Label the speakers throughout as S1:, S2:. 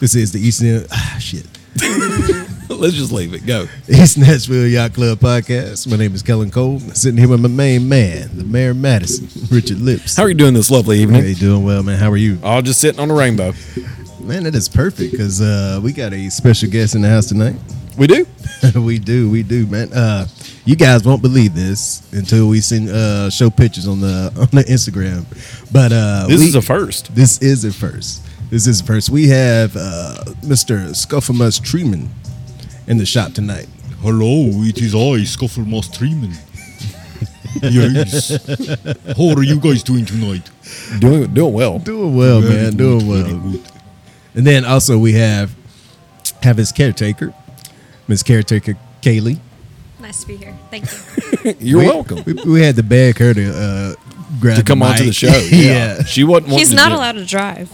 S1: This is the East Nashville. Ah, shit.
S2: Let's just leave it. Go.
S1: East Nashville Yacht Club podcast. My name is Kellen Cole. I'm sitting here with my main man, the Mayor Madison, Richard Lips.
S2: How are you doing this lovely
S1: Hey,
S2: evening?
S1: doing well, man? How are you?
S2: All just sitting on a rainbow.
S1: Man, that is perfect because uh, we got a special guest in the house tonight.
S2: We do.
S1: we do, we do, man. Uh, you guys won't believe this until we send uh, show pictures on the on the Instagram. But uh,
S2: This
S1: we-
S2: is a first.
S1: This is a first. This is a first. We have uh, Mr. Scufflemus Treeman in the shop tonight.
S3: Hello, it is I, Scufflemoss Treeman. yes. How are you guys doing tonight?
S2: Doing doing well.
S1: Doing well,
S3: Very
S1: man.
S3: good,
S1: Doing
S3: very
S1: well.
S3: good.
S1: And then also we have have his caretaker, Miss Caretaker Kaylee.
S4: Nice to be here. Thank you.
S2: You're
S1: We-
S2: welcome
S1: We, we had to beg her to uh, grab
S2: to come
S1: the
S2: onto
S1: mic.
S2: the show.
S1: yeah.
S2: She wasn't. wanting
S4: He's
S2: to
S4: not
S2: do it.
S4: allowed to drive.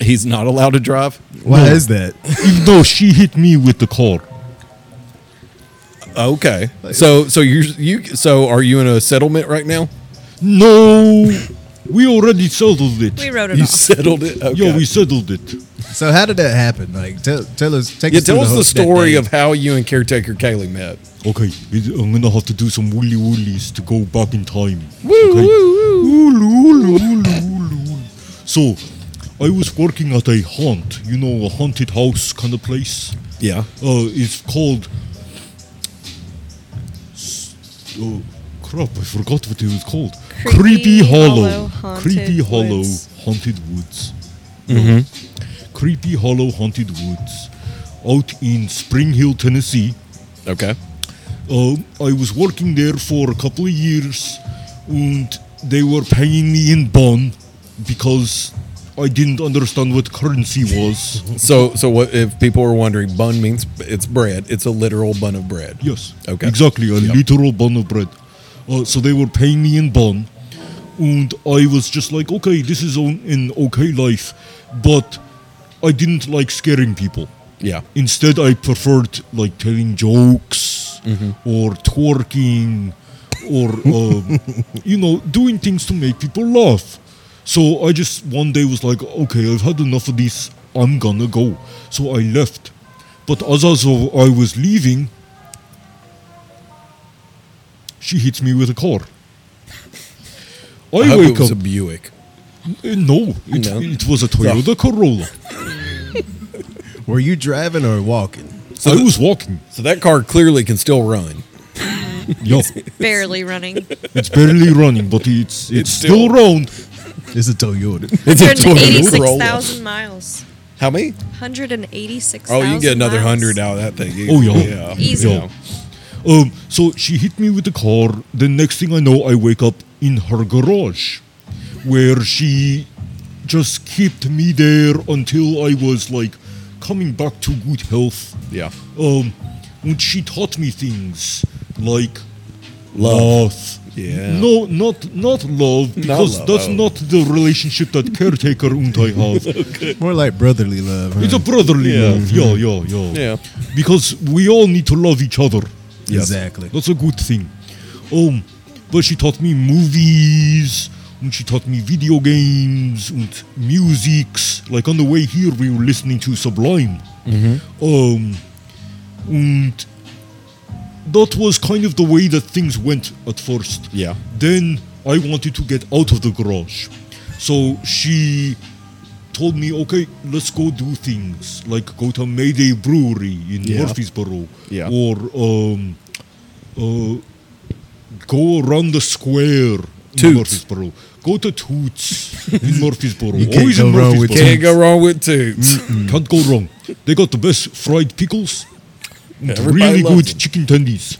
S2: He's not allowed to drive.
S1: Why is that?
S3: Even though she hit me with the car.
S2: Okay. So so you you so are you in a settlement right now?
S3: No, we already settled it.
S4: We wrote it
S2: You
S4: off.
S2: settled it. Okay.
S3: Yeah, we settled it.
S1: So how did that happen? Like, tell tell us. Take
S2: yeah,
S1: us through
S2: tell us
S1: whole-
S2: the
S1: that
S2: story
S1: day.
S2: of how you and caretaker Kaylee met.
S3: Okay, it- I'm gonna have to do some woolly woolies to go back in time. okay? Woolly, woolly, woolly, woolly, woolly. So, I was working at a haunt, you know, a haunted house kind of place.
S2: Yeah.
S3: Uh, it's called. S- Oh crap! I forgot what it was called.
S4: Creepy Hollow Haunted
S3: Creepy Hollow
S4: Woods.
S3: Haunted Woods. Oh, Creepy Hollow Haunted Woods, out in Spring Hill, Tennessee.
S2: Okay.
S3: Uh, I was working there for a couple of years, and they were paying me in bond because I didn't understand what currency was.
S2: So so what if people are wondering? Bun means it's bread. It's a literal bun of bread.
S3: Yes.
S2: Okay.
S3: Exactly, a
S2: Yep.
S3: literal bun of bread. Uh, so they were paying me in bun, and I was just like, okay, this is on, an okay life, but I didn't like scaring people.
S2: Yeah.
S3: Instead, I preferred like telling jokes
S2: Mm-hmm.
S3: or twerking or, um, you know, doing things to make people laugh. So I just one day was like, okay, I've had enough of this. I'm gonna go. So I left. But as as of I was leaving, she hits me with a car. I,
S2: I hope
S3: wake
S2: it was
S3: up.
S2: a Buick.
S3: uh, no, it,
S2: No.
S3: it was a Toyota Corolla.
S1: Were you driving or walking?
S2: So
S3: I
S2: the-
S3: was walking.
S2: So that car clearly can still run.
S3: Yeah.
S4: Barely running.
S3: It's barely running, but it's it's,
S2: still-
S3: still, round.
S1: It's a Toyota.
S2: It's Corolla.
S4: 186,000 miles.
S2: How many?
S4: 186,000
S2: Oh, you can get another
S4: miles.
S2: hundred out of that thing. You-
S3: Oh yeah,
S4: Easy.
S3: Yeah. Um, so she hit me with the car. The next thing I know, I wake up in her garage, where she just kept me there until I was like coming back to good health.
S2: Yeah.
S3: Um, and she taught me things like
S2: Love. Yeah.
S3: Yeah. No, not not love because
S2: love.
S3: that's
S2: Oh.
S3: not the relationship that caretaker and I have.
S1: More like brotherly love. Huh?
S3: It's a brotherly
S2: Yeah.
S3: love. Yeah, yeah, yeah.
S2: Yeah.
S3: Because we all need to love each other.
S1: Exactly.
S3: That's a good thing. Um, but she taught me movies, and she taught me video games and musics. Like on the way here, we were listening to Sublime.
S2: Mm-hmm.
S3: Um, and that was kind of the way that things went at first.
S2: Yeah.
S3: Then I wanted to get out of the garage, so she told me, okay, let's go do things like go to Mayday Brewery in
S2: Yeah.
S3: Murfreesboro,
S2: Yeah.
S3: or um, uh, go around the square
S2: Toots.
S3: in Murfreesboro. Go to Toots in Murfreesboro.
S1: You can't
S3: Always
S1: go
S3: in
S1: wrong with
S3: Murfreesboro.
S2: Can't go wrong with toots.
S3: Can't go wrong. They got the best fried pickles. and
S2: Everybody
S3: really
S2: loves
S3: good
S2: them.
S3: chicken tendies.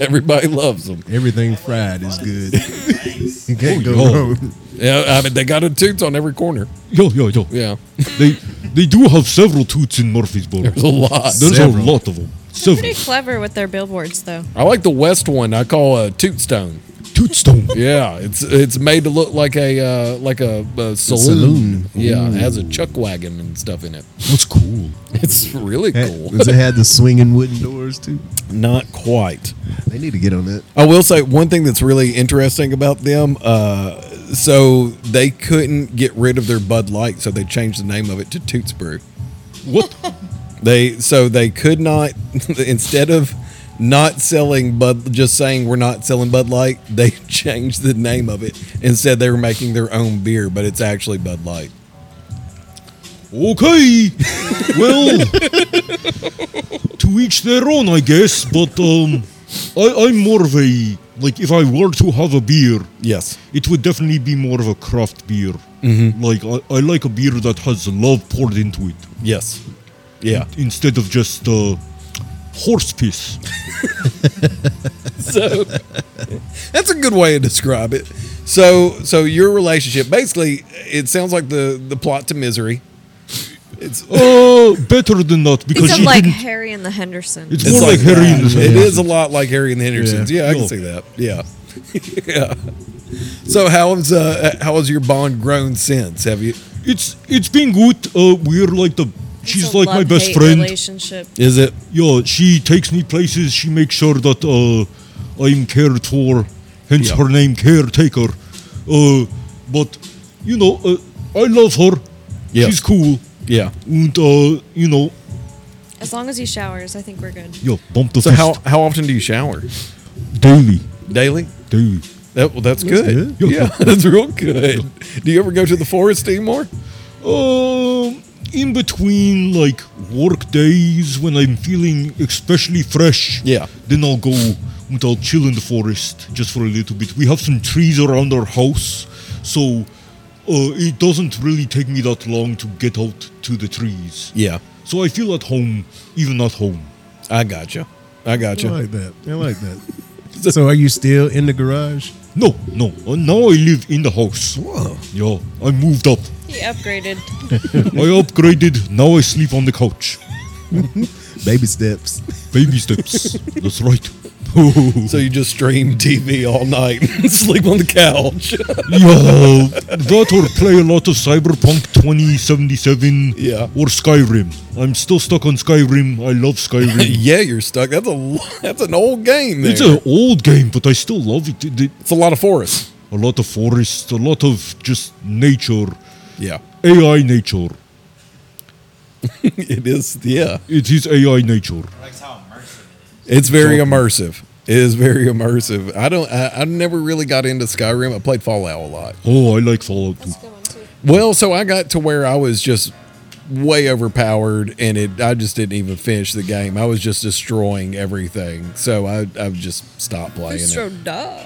S2: Everybody loves them.
S1: Everything fried is good. you can't
S3: Oh,
S1: go
S3: yeah.
S1: wrong.
S2: Yeah, I mean they got a toots on every corner.
S3: Yo, yo, yo.
S2: Yeah,
S3: They they do have several Toots in Murfreesboro.
S2: there's a lot.
S3: There's
S1: Several.
S3: a lot of them.
S4: They're
S3: Several.
S4: pretty clever with their billboards, though.
S2: I like the west one. I call a tootstone.
S3: Tootstone.
S2: Yeah, it's it's made to look like a uh, like a, uh saloon.
S1: saloon.
S2: Yeah, it has a chuck wagon and stuff in it.
S3: That's cool.
S2: It's really cool.
S1: Does it have the swinging wooden doors too?
S2: Not quite.
S1: They need to get on that.
S2: I will say one thing that's really interesting about them. Uh, so they couldn't get rid of their Bud Light, so they changed the name of it to Toots Brew.
S3: What?
S2: They so they could not instead of not selling Bud, just saying we're not selling Bud Light, they changed the name of it and said they were making their own beer, but it's actually Bud Light.
S3: Okay. well, to each their own, I guess. But um, I, I'm more of a like if I were to have a beer,
S2: Yes.
S3: it would definitely be more of a craft beer. Like I, I like a beer that has love poured into it
S2: Yes. Yeah.
S3: instead of just uh, horse piss.
S2: so that's a good way to describe it. So so your relationship basically it sounds like the the plot to misery. It's
S3: Uh, better than that because
S4: It's
S3: she
S4: like
S3: didn't-
S4: Harry and the Henderson.
S3: It's
S2: it's
S3: more like, Harry and the
S2: It is a lot like Harry and the Hendersons. Yeah,
S3: Yeah.
S2: I can
S3: Cool.
S2: see that. Yeah. yeah. So how has uh how has your bond grown since? Have you
S3: It's it's been good. Uh, we're like the she's
S4: a
S3: like my best
S4: love-hate
S3: friend.
S4: Relationship.
S2: is it
S3: Yeah, she takes me places. She makes sure that uh, I'm cared for, hence
S2: Yeah.
S3: her name, caretaker. Uh, but you know, uh, I love her.
S2: Yeah.
S3: She's cool,
S2: yeah.
S3: and uh, you know,
S4: As long as he showers, I think we're good.
S3: yeah, bump the
S2: So
S3: fist
S2: how how often do you shower?
S3: daily,
S2: Daily?
S3: daily.
S2: That, well, that's, good.
S3: good.
S2: Yeah, that's real good. Do you ever go to the forest anymore?
S3: Um, in between like work days when I'm feeling especially fresh.
S2: Yeah.
S3: Then I'll go and I'll chill in the forest just for a little bit. We have some trees around our house, so uh, it doesn't really take me that long to get out to the trees.
S2: Yeah,
S3: So I feel at home, even at home.
S2: I gotcha. I
S1: I
S2: gotcha.
S1: like that. I like that. so, are you still in the garage?
S3: No, no. Uh, now I live in the house. Whoa. Yeah, I moved up.
S4: He upgraded.
S3: I upgraded. Now I sleep on the couch.
S1: Baby steps.
S3: Baby steps. That's right.
S2: So you just stream TV all night and sleep on the couch.
S3: Yeah, that or play a lot of Cyberpunk 2077
S2: Yeah.
S3: or Skyrim. I'm still stuck on Skyrim. I love Skyrim.
S2: yeah, you're stuck. That's a lo- that's an old game. There.
S3: it's an old game, but I still love it. It- it-
S2: It's a lot of forest.
S3: A lot of forests, a lot of just nature,
S2: Yeah,
S3: AI nature.
S2: it is. Yeah,
S3: It is AI nature.
S5: That's how immersive it
S2: it's very immersive. It is very immersive. I don't. I, I never really got into Skyrim. I played Fallout a lot.
S3: Oh, I like Fallout 2.
S2: Well, so I got to where I was just way overpowered, and it I just didn't even finish the game. I was just destroying everything, so I I just stopped playing. it.
S4: So duh.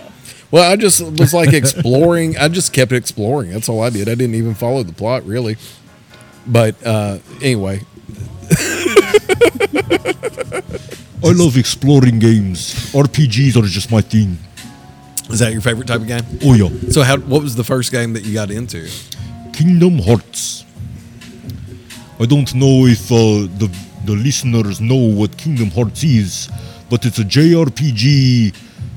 S2: Well, I just was like exploring. I just kept exploring. That's all I did. I didn't even follow the plot really. But uh, anyway,
S3: I love exploring games. RPGs are just my thing.
S2: is that your favorite type of game?
S3: Oh, yeah.
S2: So, how? What was the first game that you got into?
S3: Kingdom Hearts. I don't know if uh, the the listeners know what Kingdom Hearts is, but it's a JRPG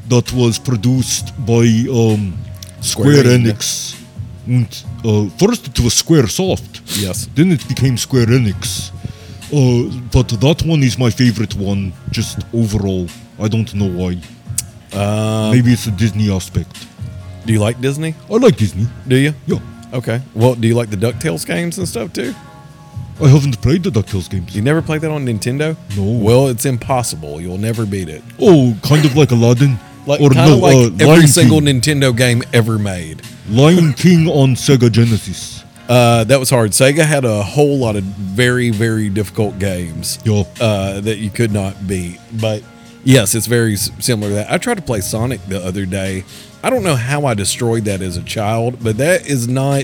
S3: that was produced by um,
S2: Square
S3: Square,
S2: Enix.
S3: Enix. And, uh, first, it was Square Soft.
S2: Yes.
S3: Then it became Square Enix. Uh, but that one is my favorite one, just overall. I don't know why.
S2: Um,
S3: Maybe it's a Disney aspect.
S2: Do you like Disney?
S3: I like Disney.
S2: Do you?
S3: Yeah.
S2: Okay. Well, do you like the Ducktales games and stuff too?
S3: I haven't played the DuckTales games.
S2: You never played that on Nintendo?
S3: No.
S2: Well, it's impossible. You'll never beat it.
S3: Oh, kind of like Aladdin.
S2: Like
S3: or
S2: kind
S3: no,
S2: of like
S3: uh,
S2: every
S3: Lion
S2: single
S3: King.
S2: Nintendo game ever made.
S3: Lion King on Sega Genesis.
S2: Uh, that was hard. Sega had a whole lot of very, very difficult games
S3: Yeah.
S2: uh, that you could not beat. But yes, it's very s- similar to that. I tried to play Sonic the other day. I don't know how I destroyed that as a child, but that is not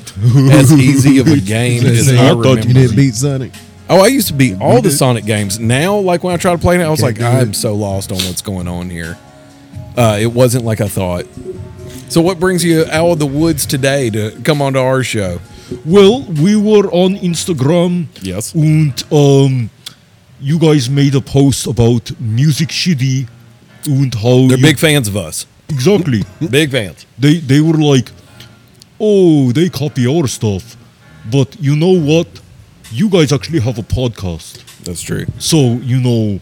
S2: as easy of a game as
S1: Say,
S2: I
S3: I thought
S2: remember.
S1: you didn't beat Sonic.
S2: Oh, I used to beat all the
S1: did.
S2: Sonic games. Now, like when I try to play it, I was
S1: Can't
S2: like,
S1: do
S2: I'm
S1: it.
S2: so lost on what's going on here. Uh, it wasn't like I thought. So, what brings you out of the woods today to come onto our show?
S3: Well, we were on Instagram.
S2: Yes.
S3: And um, you guys made a post about music shitty and how
S2: They're
S3: you-
S2: big fans of us.
S3: exactly.
S2: Big fans.
S3: they they were like, oh, they copy our stuff, but you know what? You guys actually have a podcast.
S2: That's true.
S3: So, you know,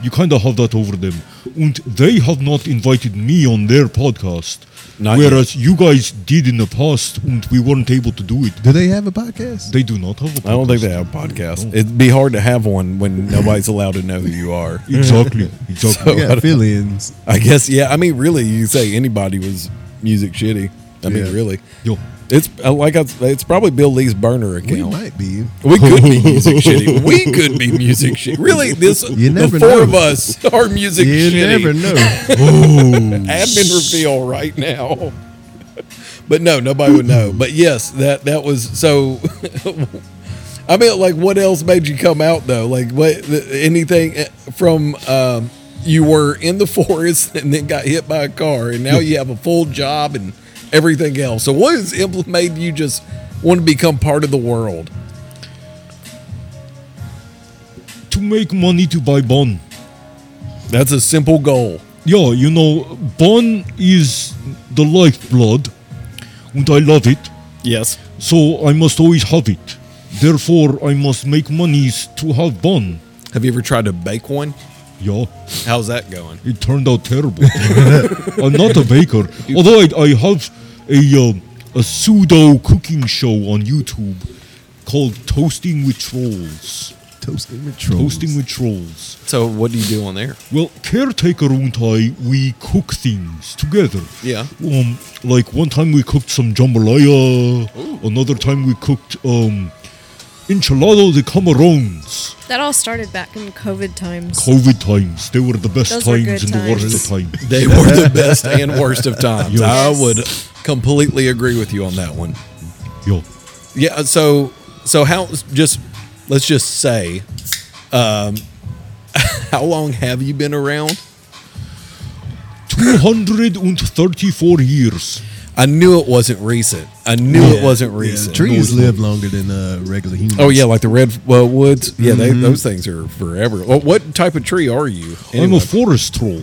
S3: You kind of have that over them. And they have not invited me on their podcast.
S2: Not yet.
S3: whereas you guys did in the past, and we weren't able to do it.
S1: Do they have a podcast?
S3: They do not have a podcast.
S2: I don't think they have a podcast. It'd be hard to have one when nobody's allowed to know who you are.
S3: Exactly. Exactly.
S1: We got fill-ins.
S2: I guess, yeah. I mean, really, you say anybody was music shitty. I mean,
S1: Yeah.
S2: really,
S3: Yo,
S2: it's uh, like I, it's probably Bill Lee's burner
S1: We
S2: account.
S1: might be.
S2: We could be music shitty. We could be music shitty. Really, this
S1: You never
S2: the four
S1: know.
S2: of us are music
S1: You
S2: shitty.
S1: never know.
S2: Admin reveal right now. But no, nobody would know. But yes, that that was so. I mean, like, what else made you come out though? Like, what anything eh, from um, you were in the forest and then got hit by a car, and now you have a full job and everything else. So, what has impl- made you just want to become part of the world?
S3: to make money to buy bond.
S2: That's a simple goal.
S3: Yeah, you know, bond is the lifeblood, and I love it.
S2: Yes.
S3: So I must always have it. Therefore, I must make monies to have bun.
S2: Have you ever tried to bake one?
S3: Yeah,
S2: How's that going?
S3: it turned out terrible. I'm not a baker, although I, I have a um a pseudo cooking show on YouTube called Toasting with Trolls.
S1: Toasting with trolls.
S3: Toasting with Trolls.
S2: So, what do you do on there?
S3: Well, caretaker and I, we cook things together.
S2: Yeah.
S3: Um, like one time we cooked some jambalaya. Another time we cooked um, enchilado de camarones.
S4: That all started back in COVID times.
S3: COVID times, they were the best
S4: Those were
S3: times
S4: good
S3: and the worst of times.
S2: They were the best and worst of times.
S3: Yes.
S2: I would completely agree with you on that one.
S3: Yo,
S2: Yeah. uh, So, so how? Just let's just say, um, how long have you been around?
S3: 234 years.
S2: I knew it wasn't recent. I knew it wasn't
S1: Yeah,
S2: recent.
S1: trees live longer than uh, regular humans.
S2: Oh yeah, like the red well, woods. Yeah, they, those things are forever. Well, what type of tree are you?
S3: Mm-hmm. I'm a
S2: anyway?
S3: forest troll.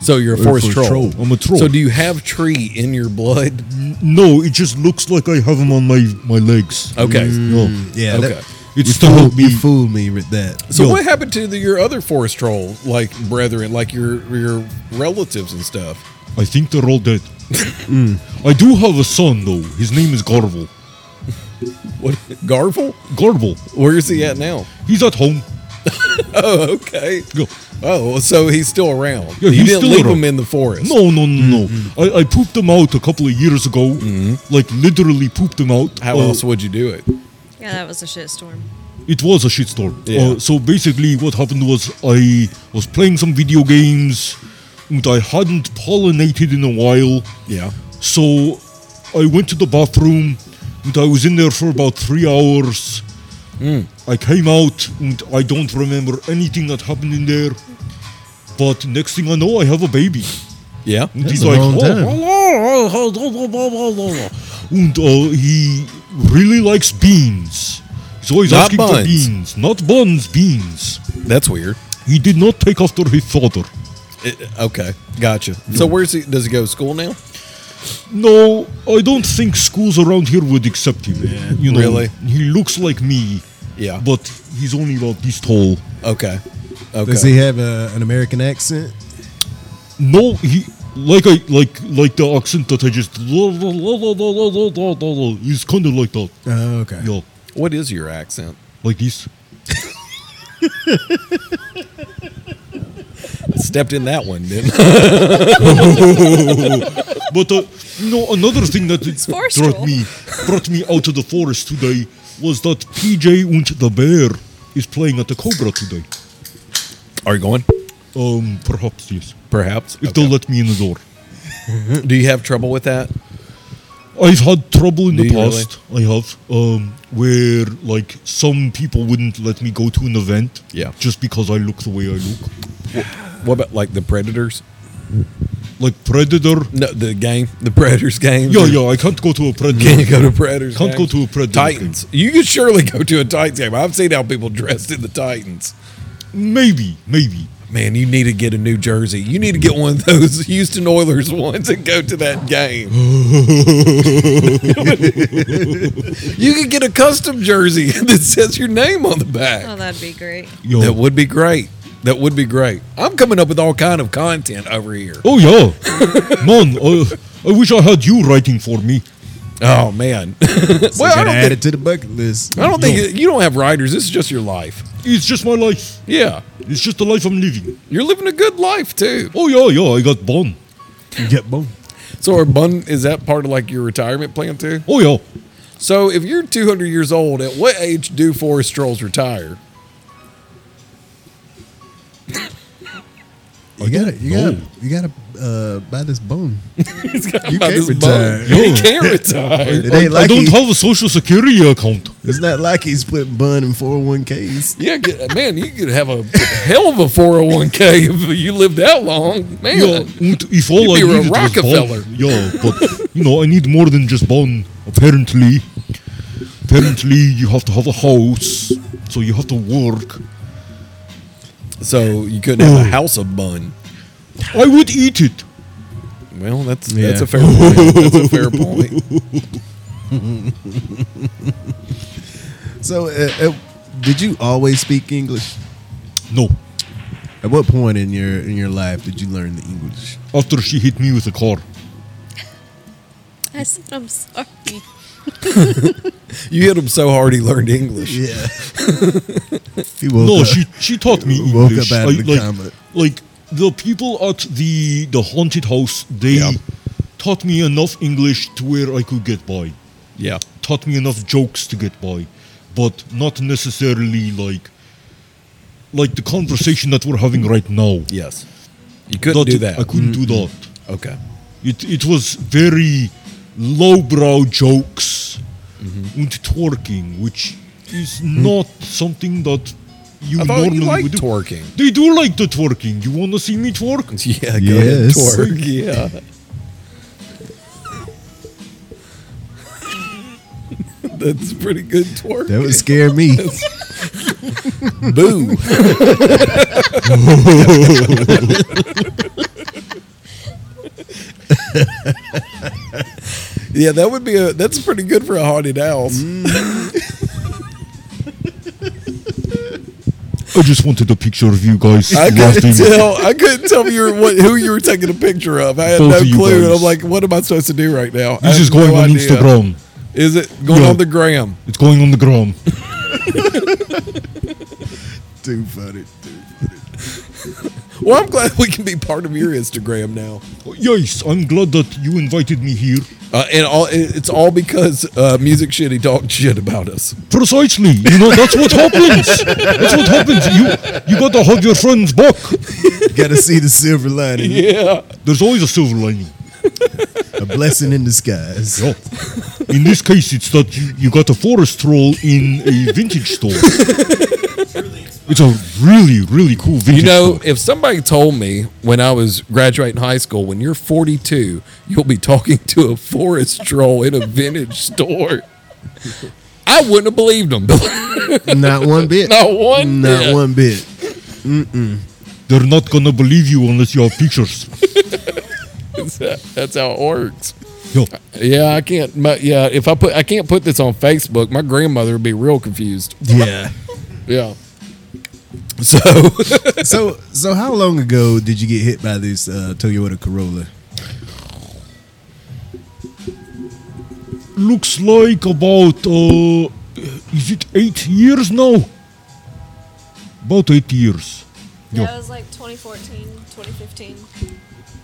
S2: so you're a forest
S3: forest
S2: troll.
S3: troll. I'm a troll.
S2: So do you have tree in your blood?
S3: N- No, it just looks like I have them on my, my legs.
S2: Okay.
S3: Yo,
S1: yeah.
S2: Okay.
S1: that-
S3: it's to
S1: you,
S3: help
S1: fooled,
S3: me.
S1: you fooled me with that.
S2: So
S3: Yo.
S2: what happened to the, your other forest troll like brethren, like your your relatives and stuff?
S3: I think they're all dead. Mm. I do have a son though. His name is Garvel.
S2: What Garvel?
S3: Garvel.
S2: Where is he at now?
S3: He's at home.
S2: Oh, okay.
S3: Yo.
S2: Oh, so he's still around.
S3: Yeah,
S2: you
S3: he's
S2: didn't
S3: still
S2: leave
S3: around.
S2: him in the forest.
S3: No, no, no, no. I, I pooped them out a couple of years ago. Like literally pooped them out.
S2: How
S3: Uh,
S2: else would you do it?
S4: Yeah, that was a shitstorm.
S3: It was a shitstorm.
S2: Yeah.
S3: Uh, so basically, what happened was I was playing some video games, and I hadn't pollinated in a while.
S2: Yeah.
S3: So I went to the bathroom, and I was in there for about three hours.
S1: Hmm.
S3: I came out, and I don't remember anything that happened in there. But next thing I know, I have a baby.
S2: Yeah.
S3: And
S1: That's
S3: he's
S1: a
S3: like,
S1: long
S3: "Oh,
S1: time."
S3: hello, oh, blah, blah, blah, blah, blah, blah." and uh, he really likes beans. He's always
S2: Not
S3: asking for
S2: buns.
S3: beans, not buns, beans.
S2: That's weird.
S3: He did not take after his father.
S2: It- okay. Gotcha. So where's he does he go to school now?
S3: No, I don't think schools around here would accept him. you know,
S2: Really?
S3: he looks like me.
S2: Yeah.
S3: but he's only about this tall.
S2: Okay. Okay.
S1: Does he have a, an American accent?
S3: No, he like I like like the accent that I just. He's kind of like that.
S1: Oh, okay.
S3: Yeah,
S2: what is your accent?
S3: like this.
S2: Stepped in that one, didn't I?
S3: But uh, you know, another thing that it
S4: forced
S3: brought
S4: roll.
S3: me brought me out of the forest today was that PJ and the bear is playing at the Cobra today.
S2: Are you going?
S3: Um, perhaps yes,
S2: Perhaps.
S3: if
S2: Okay.
S3: they'll let me in the door.
S2: Do you have trouble with that?
S3: I've had trouble in
S2: Do
S3: the
S2: you
S3: past. I have, um, where like some people wouldn't let me go to an event,
S2: Yeah.
S3: just because I look the way I look,
S2: What about like the Predators?
S3: like Predator.
S2: No, the game, the Predators game.
S3: Yeah, yeah, I can't go to a Predator.
S2: Mm-hmm. Can you go to Predators?
S3: Can't
S2: games?
S3: go to a Predator
S2: Titans. You could surely go to a Titans game. I've seen how people dressed in the Titans.
S3: Maybe, maybe.
S2: Man, you need to get a new jersey. You need to get one of those Houston Oilers ones and go to that game. you could get a custom jersey that says your name on the back.
S4: Oh, that'd be great.
S3: Yo,
S2: That would be great. That would be great. I'm coming up with all kind of content over here.
S3: Oh yeah, man. I, I wish I had you writing for me.
S2: Oh man.
S1: Well,
S2: well, I
S1: gotta
S2: don't
S1: add
S2: think,
S1: it to the bucket list.
S2: I don't think you don't have writers. This is just your life.
S3: It's just my life.
S2: Yeah,
S3: It's just the life I'm living.
S2: you're living a good life too.
S3: Oh yeah, yeah. I got born.
S1: Get bone.
S2: So, our bun is that part of like your retirement plan too?
S3: Oh yeah.
S2: So, if you're 200 years old, at what age do Forrest Strolls retire?
S1: Oh, You gotta, you gotta,
S3: know.
S1: you gotta uh, buy this bone. you
S2: By
S1: can't
S2: this bun.
S1: retire.
S2: He can't retire.
S1: It ain't
S3: I
S1: like
S3: don't
S1: he-
S3: have a social security account.
S1: It's not like he's splitting bun oh and 401ks.
S2: Yeah, get- man, you could have a hell of a 401k if you lived that long, man.
S3: Yeah, and if all I
S2: You be a
S3: needed was
S2: Rockefeller.
S3: bone, yeah, but you know, I need more than just bone. Apparently, apparently, you have to have a house, so you have to work.
S2: So you couldn't have a house of bun.
S3: I would eat it.
S2: Well, that's that's
S1: Yeah.
S2: a fair point. That's a fair point.
S1: So, uh, uh, did you always speak English?
S3: No,
S1: At what point in your in your life did you learn the English?
S3: after she hit me with a car.
S4: I said I'm sorry.
S2: You hit him so hard he learned English.
S1: Yeah. he woke
S3: No,
S1: up.
S3: she she taught me
S1: Woke
S3: English.
S1: up out of
S3: like,
S1: the
S3: like,
S1: coma.
S3: like, the people at the the haunted house, they
S2: Yeah.
S3: taught me enough English to where I could get by.
S2: Yeah.
S3: taught me enough jokes to get by, but not necessarily like like the conversation that we're having right now.
S2: Yes. You couldn't do that. Mm-hmm.
S3: I couldn't do that.
S2: Okay.
S3: It it was very lowbrow jokes
S2: Mm-hmm.
S3: and twerking, which is not something that you
S2: I thought
S3: normally
S2: Mm-hmm. you liked
S3: would do.
S2: twerking.
S3: They do like the twerking. You want to see me twerk?
S2: Yeah, go
S1: Yes.
S2: ahead, twerk. Yeah. That's pretty good twerk.
S1: that would scare me.
S2: Boo. yeah, that would be a that's pretty good for a haunted house.
S3: I just wanted a picture of you guys
S2: I
S3: laughing.
S2: couldn't tell. I couldn't tell you were, what, who you were taking a picture of. I had
S3: Both
S2: no
S3: of you
S2: clue. And
S3: guys.
S2: I'm like, what am I supposed to do right now? I
S3: This
S2: have
S3: is going
S2: no
S3: on
S2: idea.
S3: Instagram.
S2: Is it going
S3: Yeah.
S2: on the gram?
S3: It's going on the ground.
S1: too funny. Too funny.
S2: Well, I'm glad we can be part of your Instagram now.
S3: Yes, I'm glad that you invited me here.
S2: Uh, and all it- it's all because uh, music shitty talked shit about us.
S3: Precisely, you know that's what happens. That's what happens. You you gotta have your friends back.
S1: You gotta see the silver lining,
S2: Yeah.
S3: There's always a silver lining.
S1: a blessing in disguise.
S3: Yeah. In this case, it's that you, you got a forest roll in a vintage store. It's a really really cool
S2: You
S3: vintage.
S2: know,
S3: store.
S2: if somebody told me when I was graduating high school, when you're 42, you'll be talking to a forest troll in a vintage store, I wouldn't have believed them.
S1: Not one bit.
S2: Not one
S1: Not
S2: bit.
S1: one bit.
S3: they're not gonna believe you unless you have pictures.
S2: That's how it works.
S3: Yo,
S2: Yeah, I can't. My, yeah, if I put, I can't put this on Facebook. My grandmother would be real confused.
S1: Yeah.
S2: Yeah. So
S1: so so how long ago did you get hit by this uh, Toyota Corolla?
S3: looks like about uh, is it eight years now? About eight years.
S4: Yeah, it was like 2014, 2015.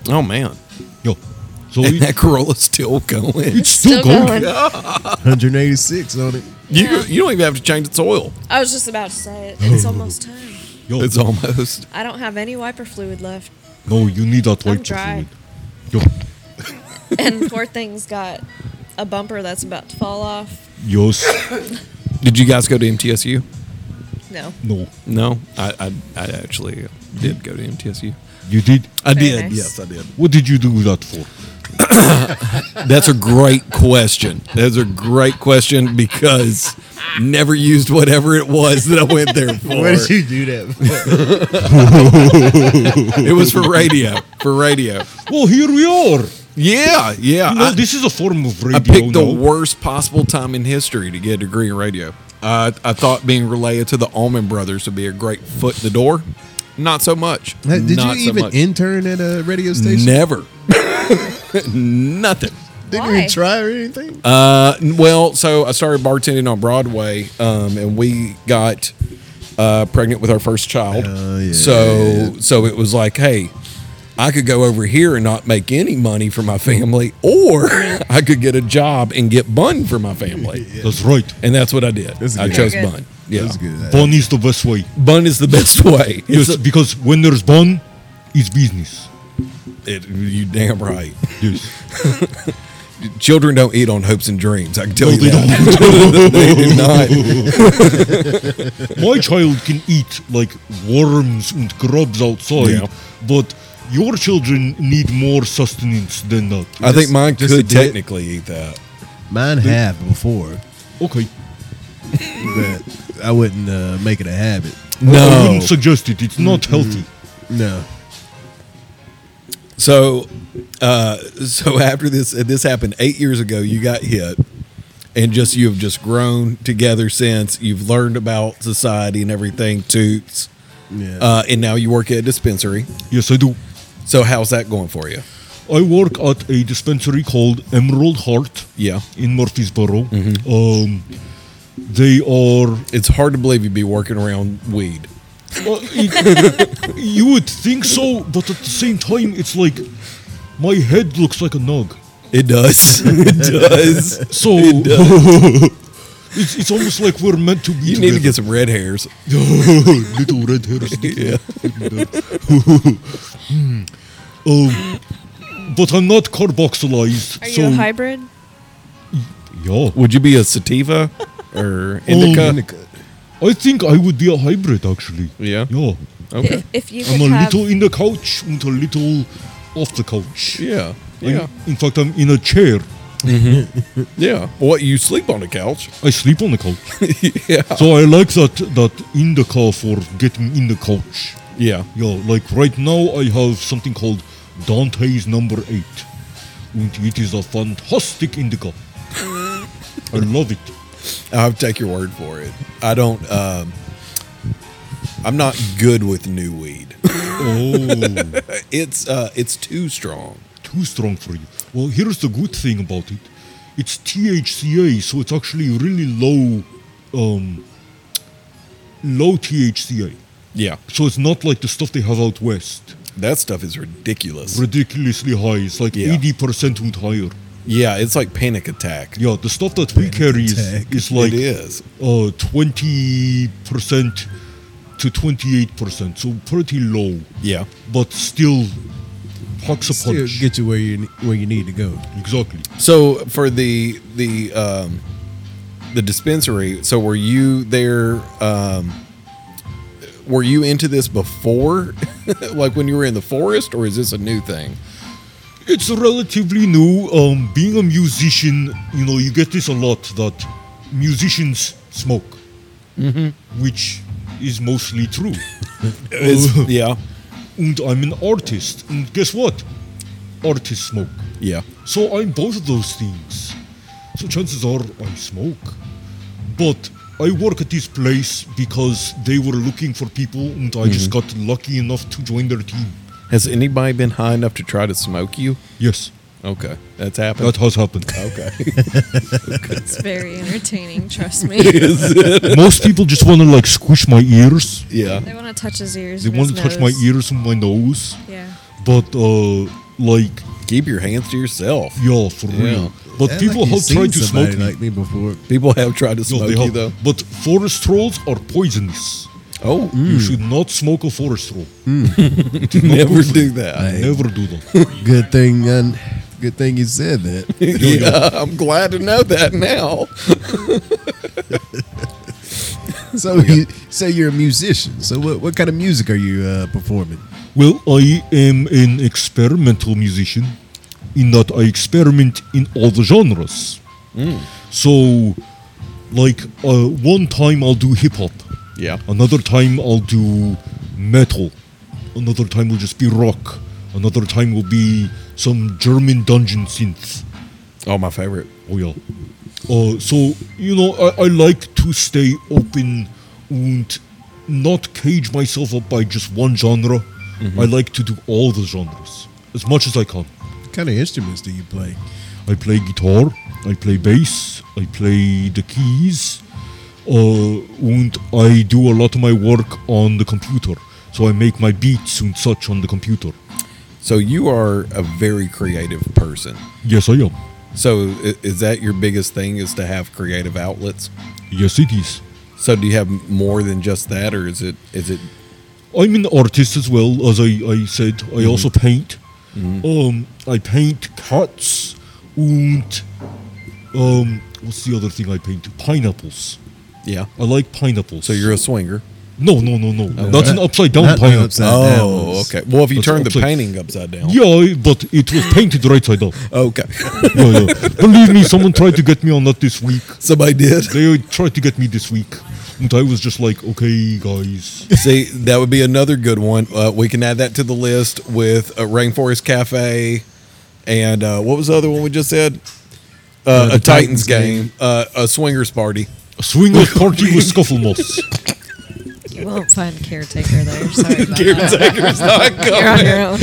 S2: Oh man,
S3: Yo, so
S2: and
S3: it,
S2: that Corolla's still going.
S3: it's still, going.
S4: going.
S1: 186 on it.
S2: You
S4: Yeah.
S2: you don't even have to change its oil.
S4: I was just about to say it. It's almost time.
S3: Yo,
S2: It's almost.
S4: I don't have any wiper fluid left.
S3: no, you need that
S4: I'm
S3: white
S4: dry.
S3: chocolate. Yo,
S4: And poor thing's got a bumper that's about to fall off.
S3: yes,
S2: Did you guys go to MTSU?
S4: No.
S3: no,
S2: No, I I, I actually did go to MTSU.
S3: you did.
S2: I
S4: Very
S2: did.
S4: nice.
S2: Yes, I did.
S3: What did you do that for?
S2: That's a great question. That's a great question because never used whatever it was that I went there for.
S1: Where did you do that? For?
S2: It was for radio. For radio.
S3: Well, here we are.
S2: Yeah, yeah.
S3: You know,
S2: I-
S3: this is a form of radio.
S2: I picked the
S3: now.
S2: worst possible time in history to get a degree in radio. I I thought being related to the Allman Brothers would be a great foot in the door. Not so much.
S1: Hey, Did
S2: Not
S1: you
S2: so
S1: even
S2: much.
S1: intern at a radio station?
S2: Never. Nothing.
S1: Didn't
S4: Why?
S1: you try or anything?
S2: Uh, n- well, so I started bartending on Broadway, um, and we got uh, pregnant with our first child.
S1: Oh, yeah.
S2: So, so it was like, hey, I could go over here and not make any money for my family, or I could get a job and get bun for my family.
S3: That's right.
S2: And that's what I did.
S1: That's
S2: I
S1: good.
S2: chose
S4: Very good.
S2: bun. Yeah,
S1: That's good.
S3: Bun is the best way.
S2: bun is the best way.
S3: Yes,
S2: It's a-
S3: because when there's bun, it's business.
S2: it, you damn right.
S3: Yes.
S2: Children don't eat on hopes and dreams. I can tell
S3: No,
S2: you
S3: they
S2: that. they do not.
S3: My child can eat like worms and grubs outside,
S2: Yeah.
S3: but your children need more sustenance than that.
S2: I think mine
S1: Just a
S2: could
S1: bit.
S2: technically eat that.
S1: Mine have before,
S3: okay.
S1: but I wouldn't uh, make it a habit.
S3: I
S2: No.
S3: wouldn't suggest it. It's not healthy.
S1: No.
S2: So, uh, so after this, this happened eight years ago. You got hit, and just you have just grown together since. You've learned about society and everything, toots,
S1: Yeah.
S2: uh, and now you work at a dispensary.
S3: Yes, I do.
S2: So, how's that going for you?
S3: I work at a dispensary called Emerald Heart
S2: Yeah,
S3: in Murfreesboro.
S2: Mm-hmm.
S3: Um, they are
S2: it's hard to believe you'd be working around weed.
S3: Well, it- you would think so, but at the same time, it's like my head looks like a nog.
S2: It does. it does.
S3: So it's, it's almost like we're meant to be.
S2: You need to get some
S3: together.
S2: red hairs.
S3: little red hairs.
S2: Yeah.
S3: Hmm. um, but I'm not carboxylized.
S4: Are
S3: so
S4: you a hybrid?
S3: Yeah,
S2: Would you be a sativa or indica?
S1: Indica.
S3: I think I would be a hybrid actually.
S2: Yeah.
S3: Yeah,
S2: Okay.
S4: If, if you could
S3: I'm a
S4: have,
S3: little in the couch and a little off the couch.
S2: Yeah.
S3: I'm-
S2: Yeah.
S3: in fact, I'm in a chair.
S2: Yeah. What you sleep on the couch?
S3: I sleep on the couch.
S2: yeah.
S3: So I like that that in the car for getting in the couch.
S2: Yeah.
S3: Yeah, like right now I have something called Dante's Number Eight, and it is a fantastic indica. I love it.
S2: I'll take your word for it. I don't. Um, I'm not good with new weed.
S3: Oh,
S2: It's uh, it's too strong.
S3: too strong for you. Well, here's the good thing about it: it's THCA, so it's actually really low, um, low THCA.
S2: Yeah,
S3: So it's not like the stuff they have out west,
S2: that stuff is ridiculous.
S3: ridiculously high. It's like
S2: Yeah.
S3: eighty percent and higher.
S2: yeah, it's like panic attack.
S3: Yeah, the stuff that we carry is,
S1: attack.
S3: is like
S2: it is.
S3: uh twenty percent to twenty eight percent, so pretty low,
S2: Yeah,
S3: but still packs a
S1: Still
S3: punch.
S1: get you where you where you need to go.
S3: exactly.
S2: So for the the um, the dispensary, so were you there? Um, were you into this before, like when you were in the forest, or is this a new thing?
S3: It's relatively new. Um, being a musician, you know, you get this a lot that musicians smoke, Mm-hmm. which is mostly true.
S2: It's- yeah,
S3: and I'm an artist, and guess what? Artists smoke.
S2: yeah,
S3: So I'm both of those things. So chances are I smoke. But I work at this place because they were looking for people and I just got lucky enough to join their team.
S2: Has anybody been high enough to try to smoke you?
S3: Yes,
S2: Okay, that's happened.
S3: that has happened.
S2: okay.
S4: it's very entertaining. Trust me.
S3: Most people just want to like squish my ears.
S2: yeah.
S4: They want to touch his ears.
S3: They
S4: and
S3: want to
S4: his
S3: touch my
S4: nose.
S3: ears and my nose.
S4: Yeah.
S3: But uh like
S2: Keep your hands to yourself.
S3: yeah, for real. But
S1: Yeah,
S3: people
S1: like you
S3: have
S1: seen
S3: tried to
S1: somebody
S3: smoke me.
S1: like me before.
S2: People have tried to
S3: Yeah,
S2: smoke
S3: they
S2: you
S3: have.
S2: though.
S3: But forest trolls are poisonous.
S2: Oh,
S3: You
S1: Hmm.
S3: should not smoke a forest troll.
S2: never do that.
S3: Never do that.
S1: Good thing, uh, good thing you said that.
S2: yeah, I'm glad to know that now.
S1: So you say you're a musician. So what what kind of music are you uh, performing?
S3: Well, I am an experimental musician in that I experiment in all the genres. So, like, uh, one time I'll do hip hop,
S2: Yeah.
S3: another time I'll do metal, another time will just be rock, another time will be some German dungeon synth.
S2: Oh, my favorite.
S3: Oh, yeah. Uh, so, you know, I, I like to stay open and not cage myself up by just one genre. I like to do all the genres as much as I can.
S1: What kind of instruments do you play?
S3: I play guitar, I play bass, I play the keys, uh, and I do a lot of my work on the computer. So I make my beats and such on the computer.
S2: So you are a very creative person.
S3: Yes, I am.
S2: So i- is that your biggest thing is to have creative outlets?
S3: Yes, it is.
S2: So do you have more than just that, or is it is it
S3: I'm an artist as well, as I, I said. I
S2: Mm-hmm.
S3: also paint. Um, I paint cats and um, what's the other thing I paint? Pineapples.
S2: yeah?
S3: I like pineapples.
S2: So you're Oh, a swinger.
S3: no, no, no, no. That's an upside down
S1: Not the
S3: pineapple.
S1: upside down ones.
S2: Oh, okay. Well, if you
S3: That's
S2: turn the
S3: upside-
S2: painting upside down,
S3: Yeah, I- but it was painted right side up.
S2: okay.
S3: Yeah, yeah. Believe me, someone tried to get me on that this week.
S2: Somebody did.
S3: They tried to get me this week, and I was just like, okay, guys.
S2: See, that would be another good one. Uh, we can add that to the list with uh, Rainforest Cafe, and uh, what was the other one we just said? Uh, a Titans,
S1: Titans
S2: game, Uh, a swingers party.
S3: A swingers party with scuffle moss.
S4: You won't find caretaker there. Sorry about that.
S2: Caretaker's not
S4: You're
S2: coming.
S4: on your own.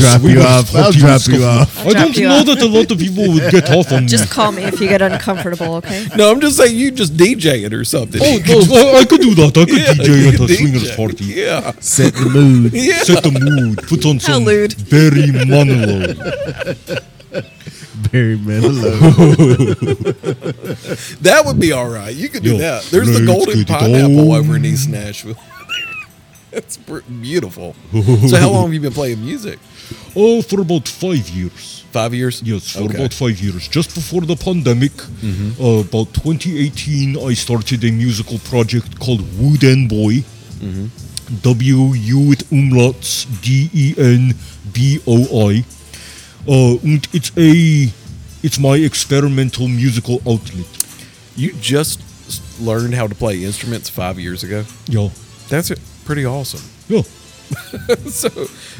S1: Drop you
S3: Swingers
S1: off. I'll
S3: party with
S1: drop you
S3: scuffle-
S1: off.
S3: I don't
S4: drop you
S3: know
S4: off.
S3: that a lot of people would get off on
S4: Just
S3: me.
S4: call me if you get uncomfortable, okay?
S2: No, I'm just saying you just DJ it or something.
S3: Oh, no, I, I could do that. I could
S2: you
S3: DJ at a
S2: could
S3: swingers
S2: DJ.
S3: party.
S2: Yeah.
S1: Set the mood.
S2: Yeah.
S3: Set the mood. Put on some
S4: lewd.
S3: Barry Manilow.
S1: Barry Manilow.
S2: That would be all right. You could do
S3: Yo,
S2: that. There's the
S3: let's
S2: golden
S3: get it
S2: pineapple
S3: on.
S2: over in East Nashville. That's pr- beautiful. so, how long have you been playing music?
S3: Oh, for about five years.
S2: Five years?
S3: Yes, for
S2: Okay. Mm-hmm.
S3: about five years. Just before the pandemic, uh, about 2018, I started a musical project called Wooden Boy.
S2: Mm-hmm.
S3: W U with umlauts, D E N B O I. Uh, and it's a, it's my experimental musical outlet.
S2: You just s- learned how to play instruments five years ago.
S3: Yeah,
S2: That's it. pretty awesome.
S3: yeah,
S2: so,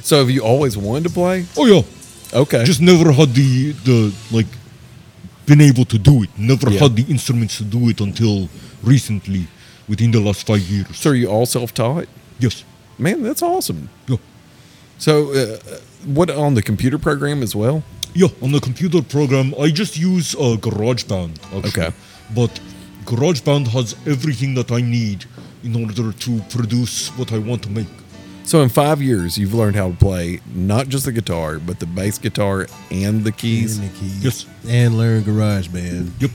S2: so have you always wanted to play?
S3: oh yeah.
S2: Okay.
S3: Just never had the the like, been able to do it. Never
S2: Yeah.
S3: had the instruments to do it until recently, within the last five years.
S2: so are you all self-taught?
S3: Yes.
S2: Man, that's awesome.
S3: Yeah.
S2: So, uh, what on the computer program as well?
S3: Yeah, on the computer program, I just use uh, GarageBand. Actually.
S2: Okay.
S3: But GarageBand has everything that I need in order to produce what I want to make.
S2: So, in five years, you've learned how to play not just the guitar, but the bass guitar and the keys.
S1: And the keys.
S3: Yes.
S1: And learn garage band.
S3: Yep.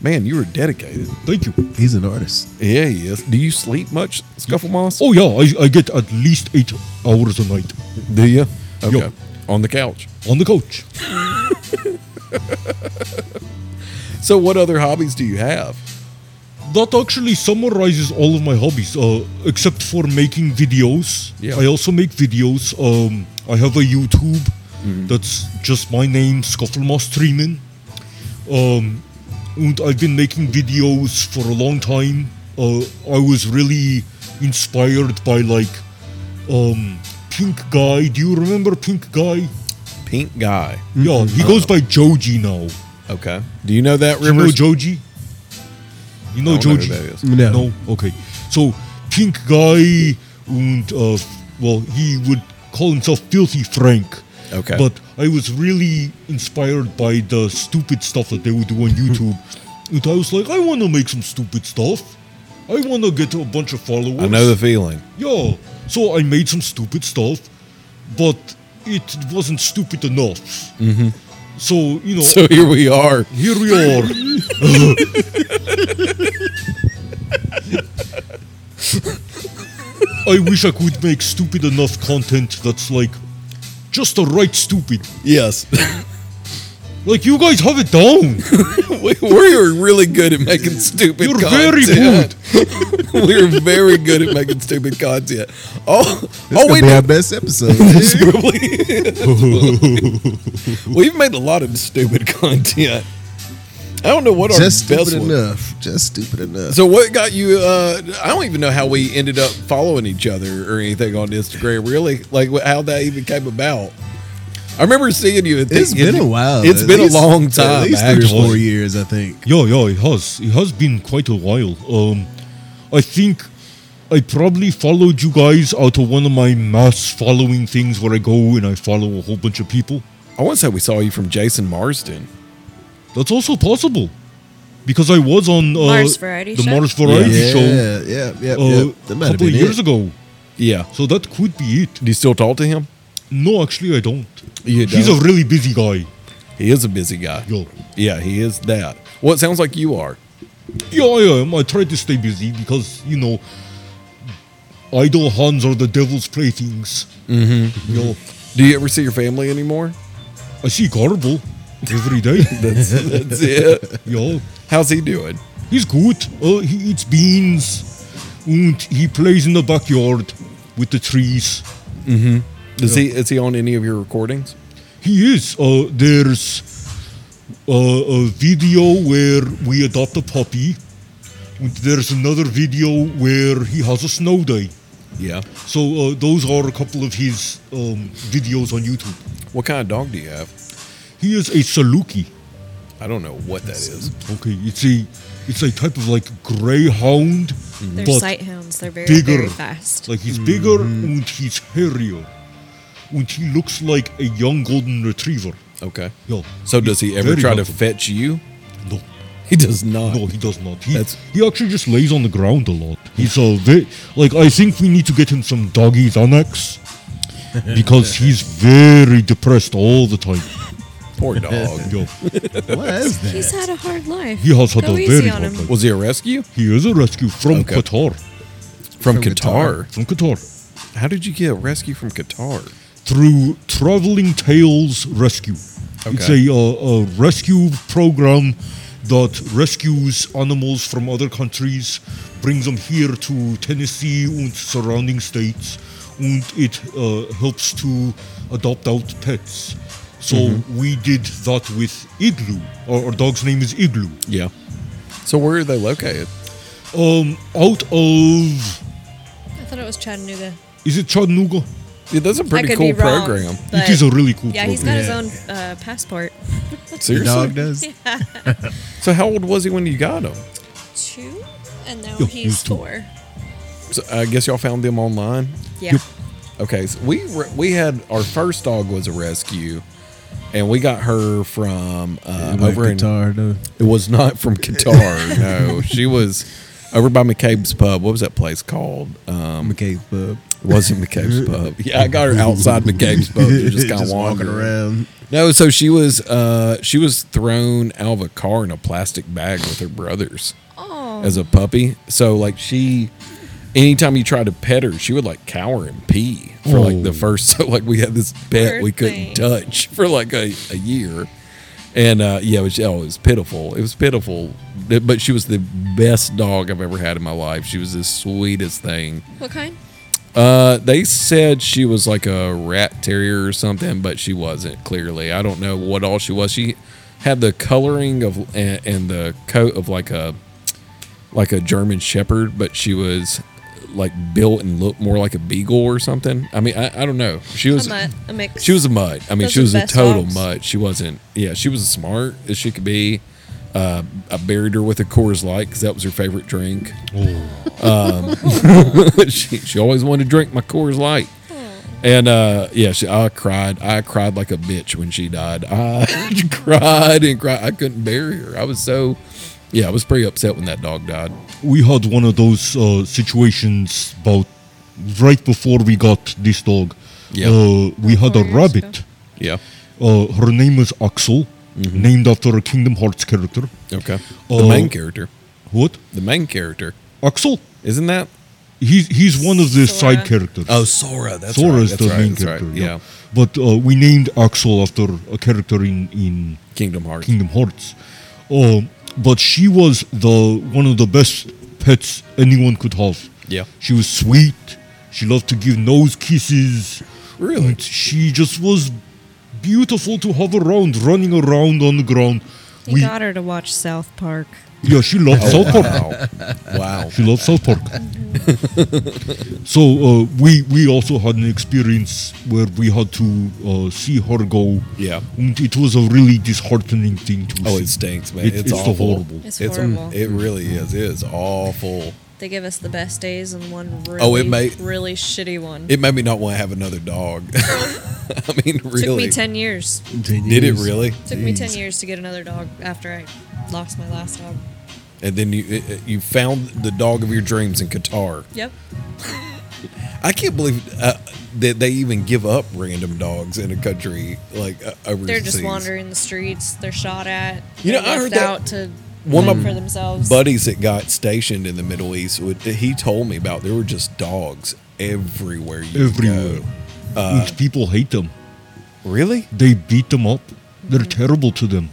S2: Man, you were dedicated.
S3: Thank you.
S1: He's an artist.
S2: Yeah, yes. Do you sleep much, Scuffle Moss?
S3: Oh yeah, I, I get at least eight hours a night
S2: do you? Okay.
S3: Yeah.
S2: On the couch.
S3: on the couch.
S2: So, what other hobbies do you have?
S3: That actually summarizes all of my hobbies, uh, except for making videos.
S2: Yeah.
S3: I also make videos. Um, I have a YouTube that's just my name, Scufflemoss Streaming. Um, and I've been making videos for a long time. Uh, I was really inspired by like um, Pink Guy. Do you remember Pink Guy?
S2: Pink guy.
S3: Yeah, he goes by Joji now.
S2: Okay. Do you know that
S3: Do you know
S2: river?
S3: Joji? You know
S2: I don't know who
S3: Joji?
S2: that is.
S1: No.
S3: Okay. So, pink guy, and uh, well, he would call himself Filthy Frank.
S2: Okay.
S3: But I was really inspired by the stupid stuff that they would do on YouTube. and I was like, I want to make some stupid stuff. I want to get a bunch of followers.
S2: I know the feeling.
S3: Yeah. So I made some stupid stuff, but it wasn't stupid enough. Mm-hmm. So, you know,
S2: So here we are.
S3: here we are. I wish I could make stupid enough content that's like just the right stupid.
S2: Yes.
S3: Like you guys have it down.
S2: we, we are really good at making stupid
S3: You're very
S2: content. We're very good at making stupid content. Oh,
S1: This
S2: oh
S1: could
S2: we
S1: be
S2: know.
S1: our best episode.
S2: probably is. We've made a lot of stupid content. I don't know what
S1: Just
S2: our best
S1: stupid
S2: one.
S1: enough. Just stupid enough.
S2: So what got you? Uh, I don't even know how we ended up following each other or anything on Instagram. Really, like wh- how that even came about. I remember seeing you. At the,
S1: It's been a while.
S2: It's
S1: At
S2: been
S1: least-
S2: a long
S1: At
S2: time.
S1: least three or
S2: actually.
S1: four years, I think.
S3: Yeah, yeah, it has. It has been quite a while. Um, I think I probably followed you guys out of one of my mass following things where I go and I follow a whole bunch of people.
S2: I want to say we saw you from Jason Marsden.
S3: That's also possible. Because I was on uh,
S4: Mars Variety
S3: the
S4: Show?
S3: Mars Variety Show
S1: yeah, yeah, yeah,
S3: uh,
S1: yeah. That
S3: a
S1: might have
S3: couple of
S1: been
S3: years
S1: it.
S3: ago.
S2: Yeah.
S3: So that could be it.
S2: Do you still talk to him?
S3: No, actually, I don't.
S2: You
S3: He's
S2: don't?
S3: a really busy guy.
S2: He is a busy guy.
S3: Yo.
S2: Yeah, he is that. Well, it sounds like you are.
S3: Yeah, I am. I try to stay busy because, you know, idle hands are the devil's playthings. Mm-hmm. Yo,
S2: Do you ever see your family anymore?
S3: I see Garble every day.
S2: That's, that's it.
S3: Yo,
S2: How's he doing?
S3: he's good. Uh, he eats beans and he plays in the backyard with the trees.
S2: Does he is he on any of your recordings?
S3: He is. Uh, there's uh, a video where we adopt a puppy. And there's another video where he has a snow day.
S2: Yeah.
S3: So uh, those are a couple of his um, videos on YouTube.
S2: What kind of dog do you have?
S3: He is a Saluki.
S2: I don't know what that is.
S3: Okay, it's a it's a type of like greyhound,
S4: They're
S3: but
S4: sight hounds. They're very,
S3: bigger.
S4: very fast.
S3: like he's bigger and he's hairier, and he looks like a young golden retriever.
S2: Okay.
S3: Yo,
S2: So
S3: he's
S2: does he ever
S3: very
S2: try to
S3: helpful.
S2: fetch you?
S3: No,
S2: He does not.
S3: no, he does not. He,
S2: That's-
S3: he actually just lays on the ground a lot. He's a ve- like I think we need to get him some doggy Xanax because he's very depressed all the time.
S2: Poor dog.
S3: Yo,
S1: What is that?
S4: He's had a hard life.
S3: he has had
S4: Go
S3: a
S4: easy
S3: very
S4: on
S3: hard
S4: him.
S3: life.
S2: Was he a rescue
S3: He is a rescue from
S2: Okay.
S3: Qatar.
S2: from,
S1: From
S2: Qatar?
S3: From Qatar.
S2: How did you get a rescue from Qatar?
S3: through Traveling Tales Rescue. It's
S2: Okay.
S3: a, uh, a rescue program that rescues animals from other countries, brings them here to Tennessee and surrounding states, and it uh, helps to adopt out pets. So we did that with Igloo. Our, our dog's name is Igloo.
S2: Yeah. So where are they located?
S3: Um, out of
S4: I thought it was Chattanooga.
S3: is it Chattanooga?
S2: Yeah, that's a
S4: I
S2: pretty
S4: could
S2: cool
S4: be wrong,
S2: program.
S4: but-
S3: it is a really cool
S4: Yeah,
S3: program.
S4: he's got his
S1: Yeah.
S4: own uh, passport.
S1: The dog
S2: Seriously.
S1: does.
S2: So how old was he when you got him?
S4: Two, and now
S3: Yo,
S4: he's,
S3: he's two.
S4: four.
S2: So I guess y'all found them online.
S4: Yeah.
S2: Okay, so we re- we had our first dog was a rescue, and we got her from uh, over in
S1: guitar, though.
S2: It was not from Qatar. no, she was over by McCabe's Pub. What was that place called? Um,
S1: McCabe Pub.
S2: wasn't McCabe's Pub. Yeah, I got her outside McCabe's Pub. She was just kind of
S1: walking
S2: wandering
S1: around.
S2: No, so she was uh, she was thrown out of a car in a plastic bag with her brothers
S4: Oh.
S2: as a puppy. So like she, anytime you tried to pet her, she would like cower and pee for like the
S3: Oh.
S2: first. So like we had this pet
S4: Poor
S2: we
S4: thing.
S2: couldn't touch for like a, a year, and uh, yeah, it was, oh, it was pitiful. It was pitiful, Th- but she was the best dog I've ever had in my life. She was the sweetest thing.
S4: What kind?
S2: Uh, they said she was like a rat terrier or something, but she wasn't. Clearly, I don't know what all she was. She had the coloring of and, and the coat of like a like a German Shepherd, but she was like built and looked more like a beagle or something. I mean, I, I don't know. She was
S4: A mutt, a mix.
S2: she was a mutt. I mean,
S4: Those
S2: she
S4: are
S2: was
S4: the
S2: a
S4: best
S2: total
S4: dogs.
S2: mutt. She wasn't. Yeah, she was as smart as she could be. Uh, I buried her with a Coors Light because that was her favorite drink. Um, she, she always wanted to drink my Coors Light.
S4: Hmm.
S2: And uh, yeah, she, I cried. I cried like a bitch when she died. I cried and cried. I couldn't bury her. I was so, yeah, I was pretty upset when that dog died.
S3: we had one of those uh, situations about right before we got this dog.
S2: Yeah.
S3: Uh, we had a
S4: Four years
S3: rabbit.
S4: ago.
S2: Yeah.
S3: Uh, her name is Axel,
S2: Mm-hmm.
S3: named after a Kingdom Hearts character.
S2: Okay. the
S3: Oh.
S2: main character.
S3: What?
S2: The main character.
S3: Axel?
S2: Isn't that?
S3: He's he's one of the
S4: Sora.
S3: side characters.
S2: Sora. Oh, That's
S3: Sora
S2: right,
S3: is
S2: that's
S3: the
S2: right,
S3: main
S2: that's right,
S3: character.
S2: Yeah.
S3: But uh, we named Axel after a character in in
S2: Kingdom Hearts.
S3: Kingdom Hearts. Um, but she was the one of the best pets anyone could have.
S2: Yeah.
S3: She was sweet. She loved to give nose kisses.
S2: Really?
S3: And she just was beautiful to have around, running around on the ground.
S4: He got her to watch South Park.
S3: yeah, she loved South Park.
S2: Oh, Wow. wow.
S3: She loved South Park. so uh, we we also had an experience where we had to uh, see her go.
S2: Yeah.
S3: And it was a really disheartening thing to
S2: Oh,
S3: see.
S2: it stinks, man.
S3: It-
S2: it's
S3: it's
S2: awful.
S3: horrible.
S4: It's horrible.
S2: It really is. It is awful.
S4: They give us the best days and one really,
S2: Oh, it made-
S4: really shitty one.
S2: It made me not want to have another dog. I mean, really.
S4: Took me ten years.
S2: Did it really?
S4: Took me
S1: Jeez.
S4: ten years to get another dog after I lost my last dog.
S2: And then you it- it- you found the dog of your dreams in Qatar.
S4: Yep.
S2: I can't believe uh, that they even give up random dogs in a country like uh, overseas.
S4: They're just wandering the streets. They're shot at.
S2: You know, I
S4: They're left
S2: heard that-
S4: out to
S2: One of
S4: fend
S2: my
S4: for themselves.
S2: Buddies that got stationed in the Middle East, would- he told me about. There were just dogs everywhere. You
S3: everywhere.
S2: go.
S3: And people hate them.
S2: Really?
S3: They beat them up. They're terrible to them.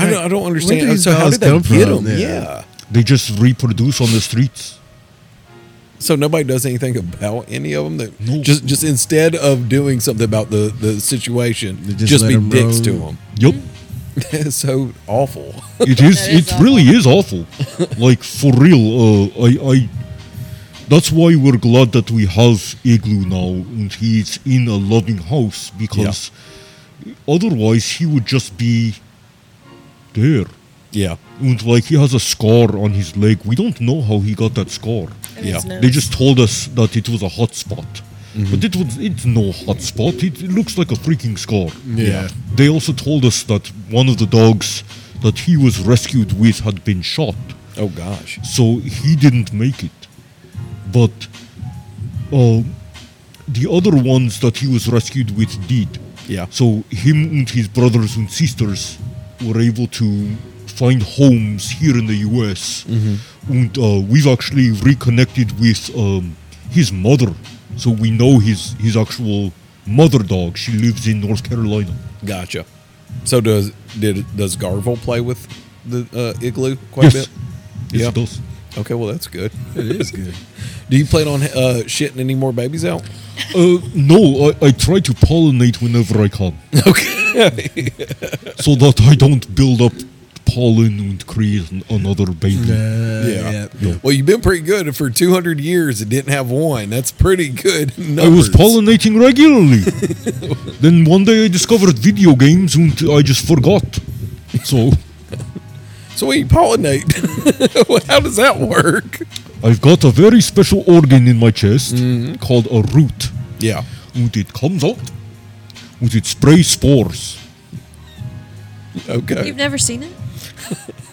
S2: I don't. I don't understand.
S1: these
S2: so how
S1: dogs
S2: did they
S1: come
S2: get
S1: from?
S2: them? Yeah.
S1: Yeah.
S3: They just reproduce on the streets.
S2: So nobody does anything about any of them. That
S3: No.
S2: just just instead of doing something about the the situation,
S1: They
S2: just,
S1: just let
S2: be
S1: 'em
S2: dicks
S1: roam.
S2: to them.
S3: Yep.
S2: It's so awful.
S3: It is.
S4: That is
S3: it really is awful. like for real. Uh, I. I. That's why we're glad that we have Igloo now, and he's in a loving house because otherwise he would just be there.
S2: yeah.
S3: And like he has a scar on his leg. We don't know how he got that scar.
S4: And his
S2: Yeah.
S4: nose.
S3: They just told us that it was a hot spot. But it was it's no hot spot. It, it looks like a freaking scar.
S2: Yeah.
S3: They also told us that one of the dogs that he was rescued with had been shot.
S2: Oh gosh.
S3: So he didn't make it. But uh, the other ones that he was rescued with did.
S2: Yeah.
S3: So him and his brothers and sisters were able to find homes here in the U.S.
S2: Mm-hmm.
S3: And uh, we've actually reconnected with um, his mother, so we know his his actual mother dog. She lives in North Carolina.
S2: Gotcha. So does did does Garvel play with the uh, igloo quite
S3: yes,
S2: a
S3: yes,
S2: Yeah.
S3: it does.
S2: bit? Okay, well that's good.
S1: It is good.
S2: Do you plan on uh, shitting any more babies out?
S3: Uh, no, I, I try to pollinate whenever I can,
S2: Okay.
S3: so that I don't build up pollen and create an, another baby.
S1: Uh, yeah. yeah.
S2: Well, you've been pretty good for 200 years and didn't have one. That's pretty good.
S3: I was
S2: numbers.
S3: pollinating regularly. then one day I discovered video games and I just forgot. So
S2: So we pollinate. Well, How does that work?
S3: I've got a very special organ in my chest
S2: Mm-hmm.
S3: called a root.
S2: Yeah.
S3: And it comes out and it sprays spores.
S2: Okay.
S4: You've never seen it?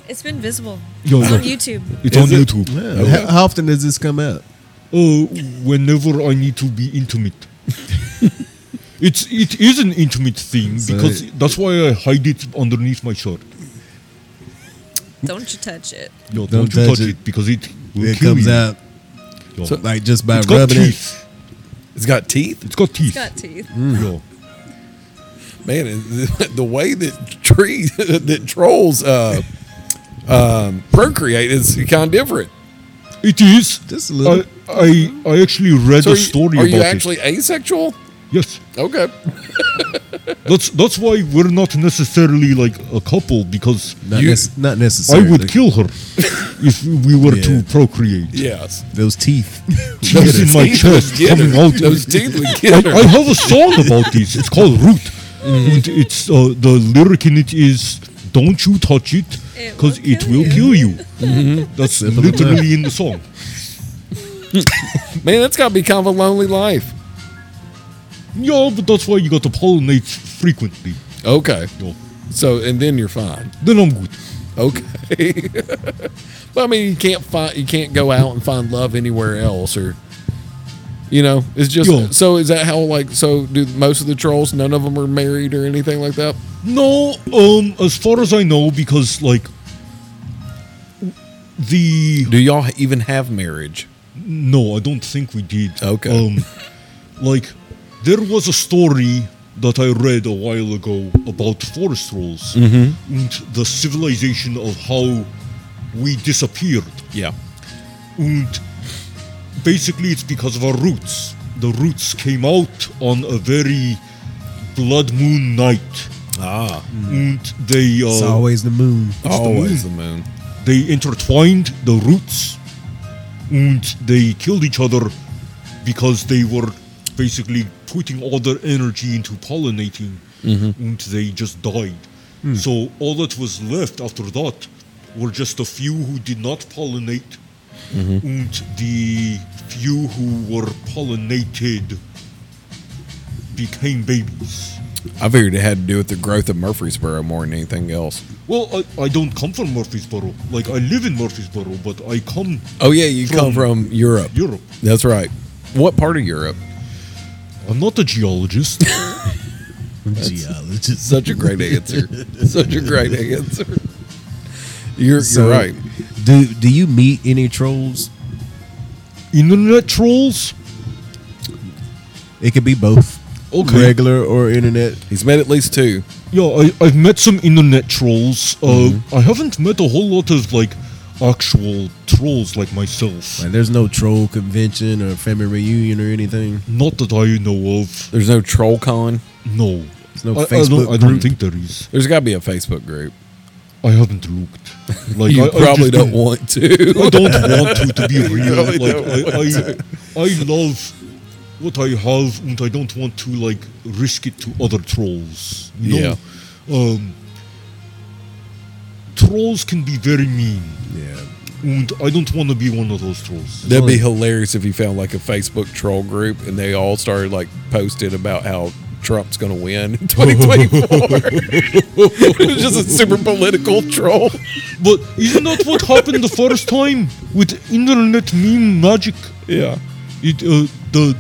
S4: it's been visible
S3: Yeah,
S4: It's
S3: yeah.
S4: on YouTube.
S3: It's
S2: Is
S3: on
S2: it?
S3: YouTube.
S1: How, how often does this come out?
S3: Uh, whenever I need to be intimate. it's it is an intimate thing
S1: So
S3: because
S1: it-
S3: that's why I hide it underneath my shirt.
S4: Don't you touch it.
S3: No, don't,
S1: Don't
S3: you
S1: touch
S3: touch it.
S1: it.
S3: because it will
S1: It
S3: kill
S1: comes
S3: you.
S1: out
S3: Yeah.
S1: like just by
S3: it's got
S1: rubbing it.
S3: teeth.
S2: It's got teeth.
S3: It's got teeth.
S4: It's got teeth.
S3: Yeah.
S2: Man, it- the way that tree that trolls uh, um, procreate is kind of different.
S3: It is.
S1: Just a little.
S3: I, I, I actually read
S2: So
S3: a
S2: are you-
S3: story
S2: are
S3: about
S2: you actually asexual?
S3: it. Yes,
S2: Okay.
S3: that's that's why we're not necessarily like a couple because
S1: Not,
S2: You-
S1: nec- not
S3: I
S1: necessarily.
S3: would kill her if we were
S1: Yeah.
S3: to procreate.
S2: Yes.
S1: Those teeth.
S3: Teeth in my
S2: teeth would
S3: chest
S2: get
S3: coming
S2: her.
S3: out.
S2: Those teeth would
S3: I,
S2: get her.
S3: I have a song about this. It's called Root,
S1: Mm.
S3: and it's uh, the lyric in it is "Don't you touch it,
S4: It
S3: cause
S4: will
S3: it
S4: kill
S3: will
S4: you."
S3: kill you." That's
S1: Mm-hmm. Simple enough.
S3: literally in the song.
S2: Man, that's got to be kind of a lonely life.
S3: Yeah, but that's why you got to pollinate frequently.
S2: Okay.
S3: Yeah.
S2: So, and then you're fine.
S3: Then I'm good.
S2: Okay. but I mean, you can't find, you can't go out and find love anywhere else, or you know, it's just.
S3: Yeah.
S2: So is that how like so? Do most of the trolls? None of them are married or anything like that.
S3: No, um, as far as I know, because like the
S2: Do y'all even have marriage?
S3: no, I don't think we did.
S2: Okay.
S3: Um, like there was a story that I read a while ago about forest trolls
S2: Mm-hmm.
S3: and the civilization of how we disappeared,
S2: Yeah.
S3: and basically it's because of our roots. The roots came out on a very blood moon night,
S2: Ah,
S3: and they uh,
S1: It's
S2: Oh.
S1: always the moon.
S2: always the moon.
S3: they intertwined the roots and they killed each other because they were basically putting all their energy into pollinating and they just died. So all that was left after that were just a few who did not pollinate and the few who were pollinated became babies.
S2: I figured it had to do with the growth of Murfreesboro more than anything else.
S3: Well, I, I don't come from Murfreesboro. Like, I live in Murfreesboro, but I come
S2: Oh yeah, you come
S3: From
S2: from Europe.
S3: Europe.
S2: That's right. What part of Europe?
S3: I'm not a geologist.
S1: Geologist.
S2: Such a great answer. Such a great answer. You're,
S1: So,
S2: you're right.
S1: Do do you meet any trolls?
S3: Internet trolls?
S1: It could be both.
S3: Okay.
S1: Regular or internet.
S2: He's met at least two.
S3: Yeah, I, I've met some internet trolls. Uh,
S1: Mm-hmm.
S3: I haven't met a whole lot of, like, actual trolls like myself.
S1: Like there's no troll convention or family reunion or anything.
S3: Not that I know of.
S2: There's no troll con.
S3: No.
S1: There's no
S3: I, I
S1: Facebook
S3: don't, I don't
S1: group.
S3: think there is.
S2: There's got to be a Facebook group.
S3: I haven't looked. Like,
S2: you
S3: I, I've
S2: probably
S3: Oh, just
S2: don't
S3: been-
S2: want
S3: I
S2: to.
S3: don't want to, to be real.
S2: really
S3: like
S2: don't
S3: I, I, I love what I have, and I don't want to like risk it to other trolls. You know? Um, trolls can be very mean,
S1: Yeah.
S3: and I don't want to be one of those trolls.
S2: That'd be hilarious if you found like a Facebook troll group and they all started like posting about how Trump's going to win in 2024. it was just a super political troll.
S3: But isn't that what happened the first time with internet meme magic?
S2: Yeah.
S3: It uh, the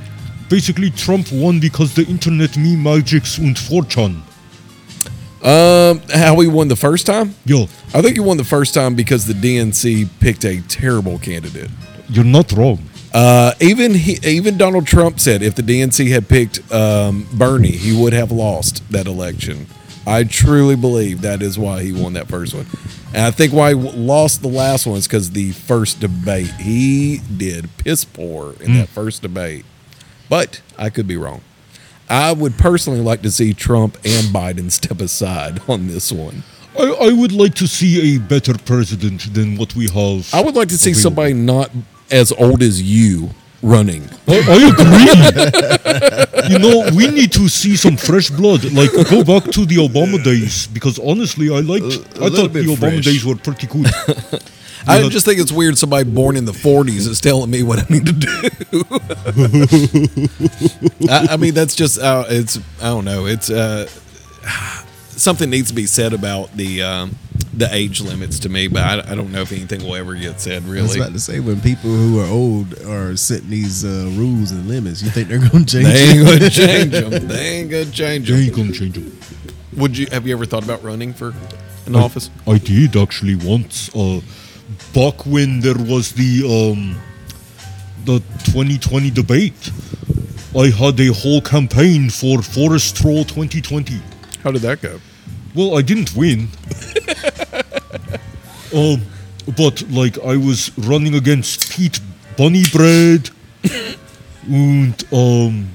S3: basically Trump won because the internet meme magics and 4chan.
S2: Um, how he won the first time?
S3: Yo,
S2: I think he won the first time because the DNC picked a terrible candidate.
S3: you're not wrong.
S2: Uh, even he, even Donald Trump said if the DNC had picked um, Bernie, he would have lost that election. I truly believe that is why he won that first one, and I think why he w- lost the last one is because the first debate he did piss poor in that first debate. But I could be wrong. I would personally like to see Trump and Biden step aside on this one.
S3: I, I would like to see a better president than what we have.
S2: I would like to see somebody not as old as you running.
S3: I, I agree. you know, we need to see some fresh blood. Like, go back to the Obama days because honestly, I liked.
S1: A- a
S3: I
S1: little
S3: thought the
S1: bit
S3: Obama
S1: fresh.
S3: days were pretty good.
S2: I just think it's weird somebody born in the 40s is telling me what I need to do. I, I mean, that's just, uh, it's, I don't know. It's, uh, something needs to be said about the, um, the age limits to me, but I, I don't know if anything will ever get said
S1: I was
S2: really.
S1: about to say when people who are old are setting these uh, rules and limits, you think they're going to change?
S2: They ain't
S1: it?
S2: gonna change them. They ain't gonna change
S3: they ain't
S2: them.
S3: gonna change them.
S2: Would you have you ever thought about running for an office?
S3: I did actually once. Uh, back when there was the um, the 2020 debate, I had a whole campaign for Forest Troll 2020.
S2: How did that go?
S3: Well, I didn't win. um, but like I was running against Pete Bunny Bread, and um,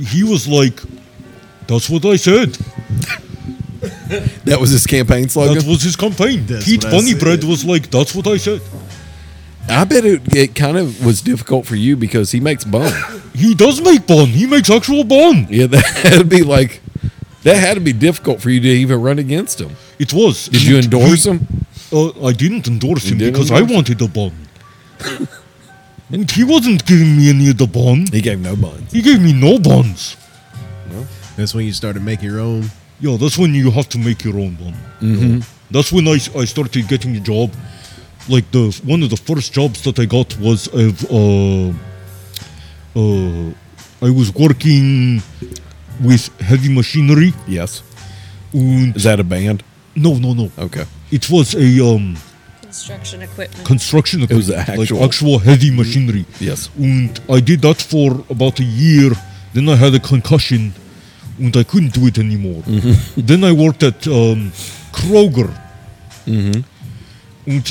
S3: he was like, "That's what I said."
S2: That was his campaign slogan.
S3: That was his campaign.
S1: That's
S3: Pete
S1: what I
S3: Bunny Bread
S1: said.
S3: was like, "That's what I said."
S2: I bet it, it kind of was difficult for you because he makes bone.
S3: He does make bun. He makes actual bun.
S2: Yeah, that had to be like that had to be difficult for you to even run against him.
S3: It was.
S2: Did you endorse him?
S3: Uh, I didn't endorse him
S2: didn't
S3: because
S2: endorse
S3: I wanted a bun. and he wasn't giving me any of the bun.
S2: He gave no buns.
S3: He gave me no buns.
S1: That's when you started making your own.
S3: Yeah, that's when you have to make your own one. That's when I, I started getting a job. Like the one of the first jobs that I got was of uh, uh, I was working with heavy machinery.
S2: Yes.
S3: And
S2: Is that a band?
S3: no, no, no.
S2: Okay.
S3: It was a um,
S4: Construction equipment.
S3: construction
S2: It was
S3: equipment,
S2: actual-
S3: like actual heavy machinery.
S2: Yes.
S3: And I did that for about a year. Then I had a concussion, and I couldn't do it anymore.
S2: Mm-hmm.
S3: Then I worked at um, Kroger,
S2: Mm-hmm.
S3: and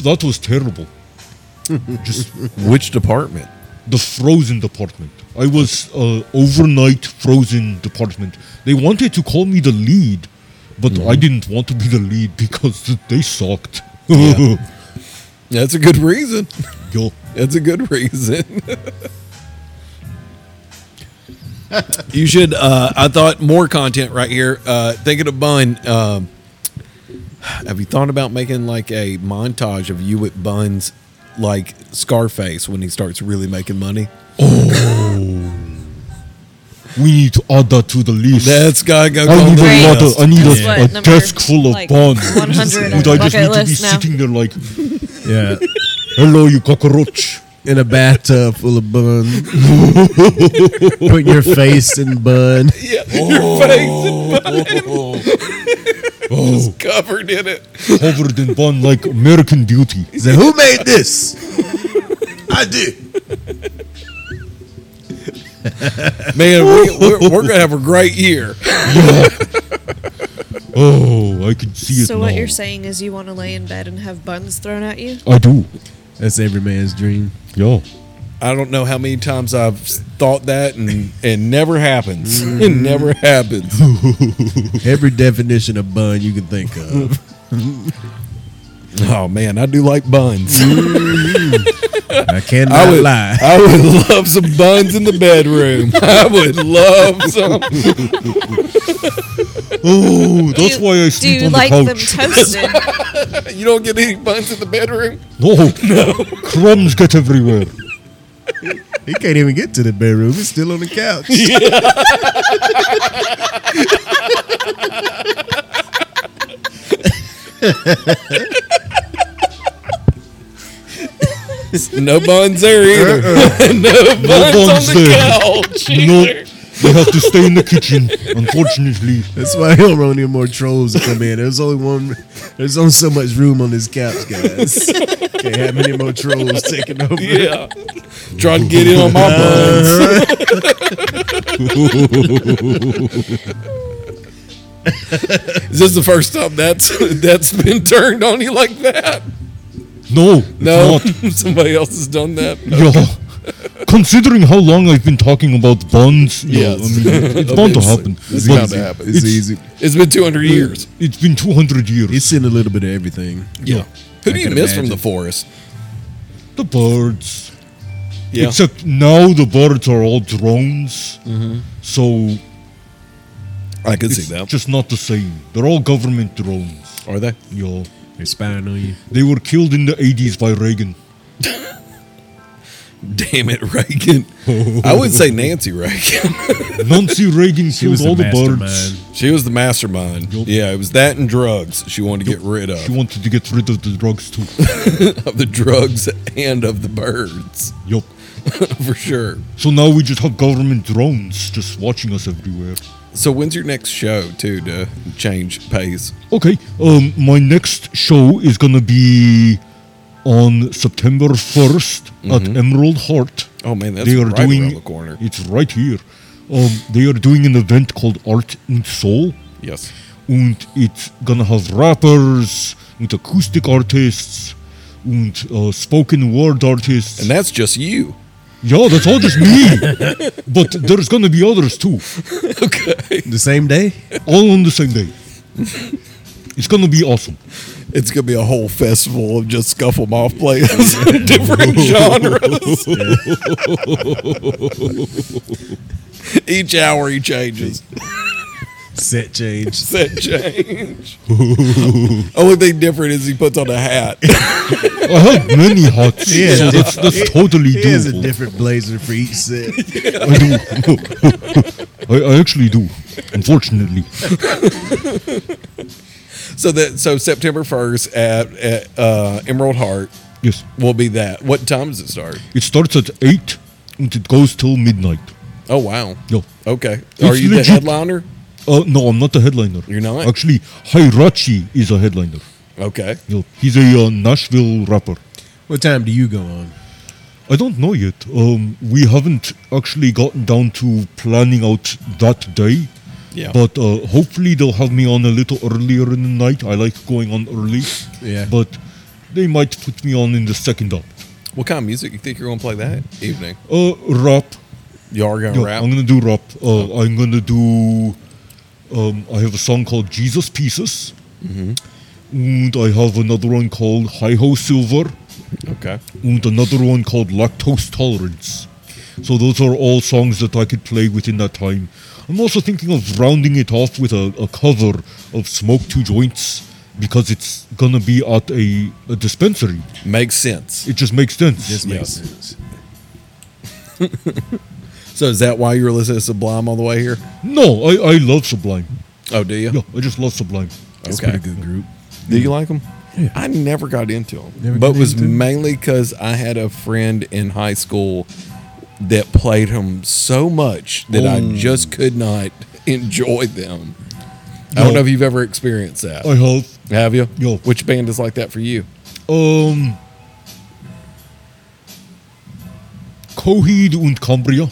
S3: that was terrible. Just
S2: Which department?
S3: the frozen department. I was uh, overnight frozen department. They wanted to call me the lead, but
S2: Mm-hmm.
S3: I didn't want to be the lead because they sucked.
S2: Yeah. That's a good reason.
S3: Yo.
S2: That's a good reason. you should. Uh, I thought more content right here. Uh, thinking of bun. Um, have you thought about making like a montage of you with buns like Scarface when he starts really making money.
S3: We need to add that to the list.
S2: That's gotta go.
S3: I
S2: on
S3: need
S2: the
S3: a lot
S2: list.
S3: of, I need
S4: That's
S3: a,
S4: what,
S3: a
S4: number,
S3: desk full of
S4: like,
S3: buns.
S4: 100
S3: Dude, I just
S4: bucket
S3: need to be
S4: list now.
S3: sitting there like,
S1: Yeah.
S3: hello, you cockroach.
S1: In a bathtub full of bun. Putting your face in bun.
S3: Oh,
S2: covered in it.
S3: covered in bun like American Beauty.
S1: He said, Who made this? I did.
S2: Man, we, we're, we're gonna have a great year.
S3: Oh, I can see it
S4: So what
S3: now.
S4: you're saying is you want to lay in bed and have buns thrown at you?
S3: I do.
S1: That's every man's dream.
S3: Yeah.
S2: I don't know how many times I've thought that and it never happens. It never happens.
S1: Every definition of bun you can think of.
S2: Oh man, I do like buns.
S1: I cannot
S2: I would
S1: lie.
S2: I would love some buns in the bedroom. I would love some.
S3: Oh, that's
S4: Do-
S3: why I
S4: Do
S3: sleep
S4: you
S3: on
S4: like
S3: the
S4: them
S3: couch.
S4: toasted?
S2: You don't get any buns in the bedroom.
S3: no, no. Crumbs get everywhere.
S1: He can't even get to the bedroom. He's still on the couch.
S2: No buns there either.
S3: No buns there.
S2: Couch.
S3: No, they have to stay in the kitchen, unfortunately.
S1: That's why he don't want any more trolls to come in. There's only one. There's only so much room on this couch, guys. Can't have any more trolls taking over.
S2: Yeah. Trying to get in on my buns. Is this the first time that's that's been turned on you like that?
S3: No, it's
S2: No,
S3: not.
S2: somebody else has done that.
S3: Yeah. Considering how long I've been talking about buns,
S2: Yes.
S3: yeah, I mean, it- it's bound to happen.
S2: It's
S3: But
S2: bound to happen.
S1: It's easy.
S2: It's been 200 years.
S3: It's been 200 years.
S1: He's seen a little bit of everything.
S2: Yeah. Who do you
S1: can
S2: miss from
S1: imagine.
S2: the forest?
S3: the birds.
S2: Yeah.
S3: Except now the birds are all drones. So
S2: I could
S3: it's just not the same. They're all government drones.
S2: Are they?
S3: Yo.
S1: They're spying on you.
S3: They were killed in the 80s by Reagan.
S2: Damn it, Reagan. I would say Nancy Reagan.
S3: Nancy Reagan
S1: He
S3: killed all the birds.
S2: she was the mastermind.
S3: Yup.
S2: Yeah, it was that and drugs she wanted to get rid of.
S3: She wanted to get rid of the drugs too.
S2: of the drugs and of the birds,
S3: yup.
S2: for sure.
S3: So now we just have government drones just watching us everywhere.
S2: So when's your next show, too, to change pace?
S3: Okay, um, my next show is gonna be on September 1st at Emerald Heart.
S2: Mm-hmm. Oh, man, that's right around the corner.
S3: It's right here. Um, they are doing an event called Art und Soul,
S2: Yes.
S3: and it's gonna have rappers, and acoustic artists, and uh, spoken word artists.
S2: And that's just you.
S3: yeah, that's all just me. but there's gonna be others too,
S2: Okay.
S1: The same day.
S3: all on the same day. It's gonna be awesome.
S2: It's going to be a whole festival of just scuffle moth players, different genres. each hour he changes.
S1: Set change.
S2: Set change. Only thing different is he puts on a hat.
S3: I have many hats,
S1: Yeah,
S3: so that's, that's totally
S1: He has a
S3: doable.
S1: different blazer for each set.
S3: I do. I, I actually do. Unfortunately,
S2: So that so September first at, at uh, Emerald Heart
S3: yes.
S2: will be that. What time does it start?
S3: It starts at eight and it goes till midnight.
S2: Oh wow.
S3: Yo.
S2: Okay.
S3: It's
S2: Are you
S3: legit.
S2: the headliner?
S3: Uh, no, I'm not a headliner.
S2: You're not?
S3: Actually, Hairachi is a headliner.
S2: Okay.
S3: Yo, he's a uh, Nashville rapper.
S1: What time do you go on?
S3: I don't know yet. Um, we haven't actually gotten down to planning out that day.
S2: Yeah.
S3: But uh, hopefully they'll have me on a little earlier in the night. I like going on early.
S1: Yeah.
S3: But they might put me on in the second act.
S2: What kind of music you think you're gonna play that evening?
S3: Uh, rap.
S2: You are gonna
S3: Yeah,
S2: rap. Oh.
S3: I'm gonna do rap. Uh, I'm gonna do. Um, I have a song called Jesus Pieces,
S2: Mm-hmm.
S3: and I have another one called Hi Ho Silver,
S2: okay.
S3: and another one called Lactose Tolerance. So those are all songs that I could play within that time. I'm also thinking of rounding it off with a, a cover of Smoke Two Joints because it's gonna be at a, a dispensary.
S2: Makes sense.
S3: It just makes sense.
S1: This makes
S2: Yes.
S1: sense.
S2: So is that why you were listening to Sublime all the way here?
S3: No, I, I love Sublime.
S2: Oh, do you?
S3: Yeah, I just love Sublime.
S1: It's
S2: Okay.
S1: a pretty good group.
S2: Do you like them? I never got into them,
S1: Never
S2: but
S1: got
S2: was
S1: into 'em?
S2: mainly because I had a friend in high school that played them so much that I just could not enjoy them. I don't
S3: No.
S2: know if you've ever experienced that.
S3: I have
S2: Have you?
S3: No.
S2: Which band is like that for you?
S3: um Coheed and Cambria.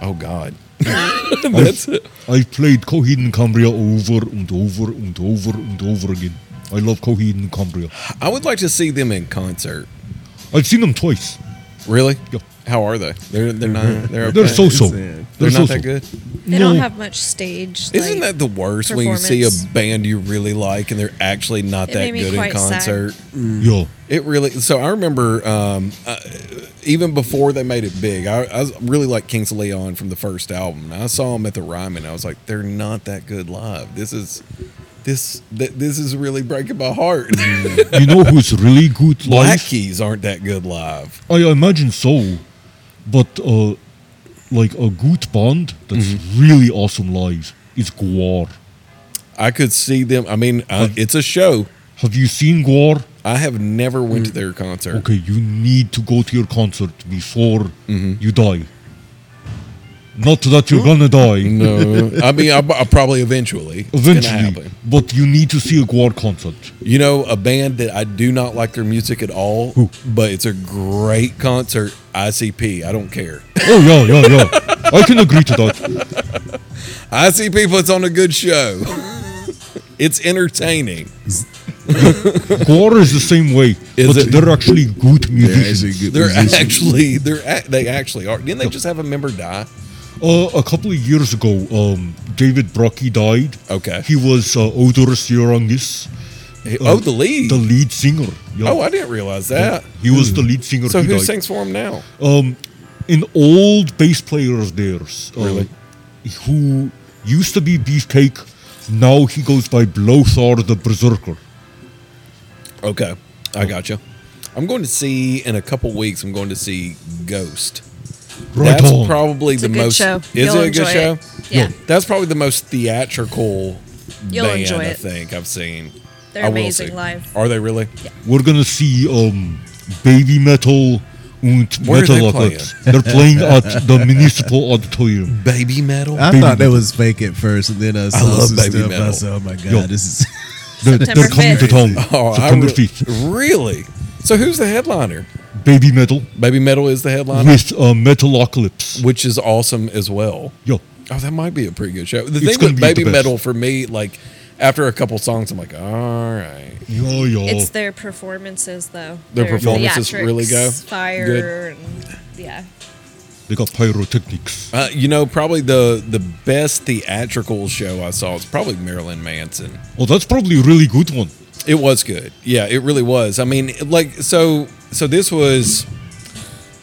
S2: Oh God, that's it.
S3: I've played Coheed and Cambria over and over and over and over again. I love Coheed and Cambria.
S2: I would like to see them in concert.
S3: I've seen them twice.
S2: Really?
S3: Yeah.
S2: How are they? They're they're not they're okay.
S3: They're so-so.
S1: It's, uh,
S3: They're,
S2: They're not
S3: so-so.
S2: that good.
S4: They
S3: No.
S4: don't have much stage.
S2: Isn't
S4: like-
S2: that the worst when you see
S4: performance.
S2: a band you really like and they're actually not
S4: It
S2: that
S4: made me
S2: good in
S4: quite sad.
S2: concert?
S3: Yeah.
S2: It really. So I remember um, uh, even before they made it big, I, I was- really like Kings of Leon from the first album. And I saw them at the Ryman. I was like, they're not that good live. This is this th- this is really breaking my heart.
S3: Mm. You know who's really good
S2: Black
S3: live?
S2: Keys aren't that good live.
S3: I imagine so, but uh, like a good band that's
S2: Mm-hmm.
S3: really awesome live is Guar.
S2: I could see them. I mean, I, it's a show.
S3: Have you seen Guar?
S2: I have never went to their concert.
S3: Mm. Okay, you need to go to your concert before
S2: Mm-hmm.
S3: you die. Not that you're gonna die
S2: No, I mean, I, I probably eventually. It's Mm. gonna
S3: eventually,
S2: happen.
S3: but you need to see a Guar concert.
S2: You know, a band that I do not like their music at all, but it's a great concert. ICP. I don't care.
S3: Oh yeah, yeah, yeah. I can agree to that.
S2: ICP puts on a good show. it's entertaining.
S3: Guar is the same way, but
S2: it-
S3: they're actually good
S1: They're actually
S3: musicians.
S1: good
S2: They're
S1: musicians.
S2: actually they're act- they actually are. Didn't they just have a member die?
S3: Uh, a couple of years ago, um, David Brocky died.
S2: Okay.
S3: He was uh, Odorous Eurungis,
S2: oh, the lead.
S3: the lead singer. Yeah.
S2: oh, I didn't realize that.
S3: He was the lead singer.
S2: So
S3: he
S2: who
S3: died.
S2: sings for him now?
S3: Um, an old bass player of theirs. uh,
S2: Really?
S3: Who used to be Beefcake. Now he goes by Blowthar the Berserker.
S2: Okay, I gotcha. I'm going to see in a couple weeks. I'm going to see Ghost.
S3: Right
S2: That's
S3: on.
S2: probably
S4: It's
S2: the
S4: a good
S2: most.
S4: show.
S2: Is
S4: You'll
S2: it a good
S4: enjoy
S2: show?
S4: it. Yeah. No.
S2: that's probably the most theatrical
S4: You'll
S2: band
S4: enjoy
S2: I
S4: it.
S2: think I've seen.
S4: They're
S2: I will
S4: amazing
S2: see.
S4: live.
S2: Are they really?
S3: We're gonna see um, baby metal and
S2: Where are
S3: metal
S2: they
S3: at that. They're playing at the municipal auditorium.
S2: Baby metal.
S1: I
S3: Baby
S1: thought that was fake at first, and then I saw
S2: love
S1: some
S2: baby
S1: stuff.
S2: metal.
S1: I said, "Oh my god,
S3: Yo.
S1: this is."
S3: They're,
S4: September
S3: they're coming to
S4: 5th.
S3: town.
S2: Oh, I
S3: September
S2: re-
S3: 5th.
S2: Really? So who's the headliner?
S3: Baby Metal
S2: Baby Metal is the headliner,
S3: with uh, Metalocalypse.
S2: which is awesome as well.
S3: Yo,
S2: Oh, that might be a pretty good show. The
S3: It's
S2: thing
S3: gonna
S2: with
S3: be the
S2: Baby
S3: best.
S2: Metal for me, like after a couple songs, I'm like, all right.
S3: yo, yo.
S4: It's their performances, though.
S2: Their performances really go?
S4: theatrics, Fire and yeah.
S3: They got pyrotechnics.
S2: Uh, you know, probably the the best theatrical show I saw is probably Marilyn Manson.
S3: Oh, that's probably a really good one.
S2: It was good. Yeah, it really was. I mean, like so so this was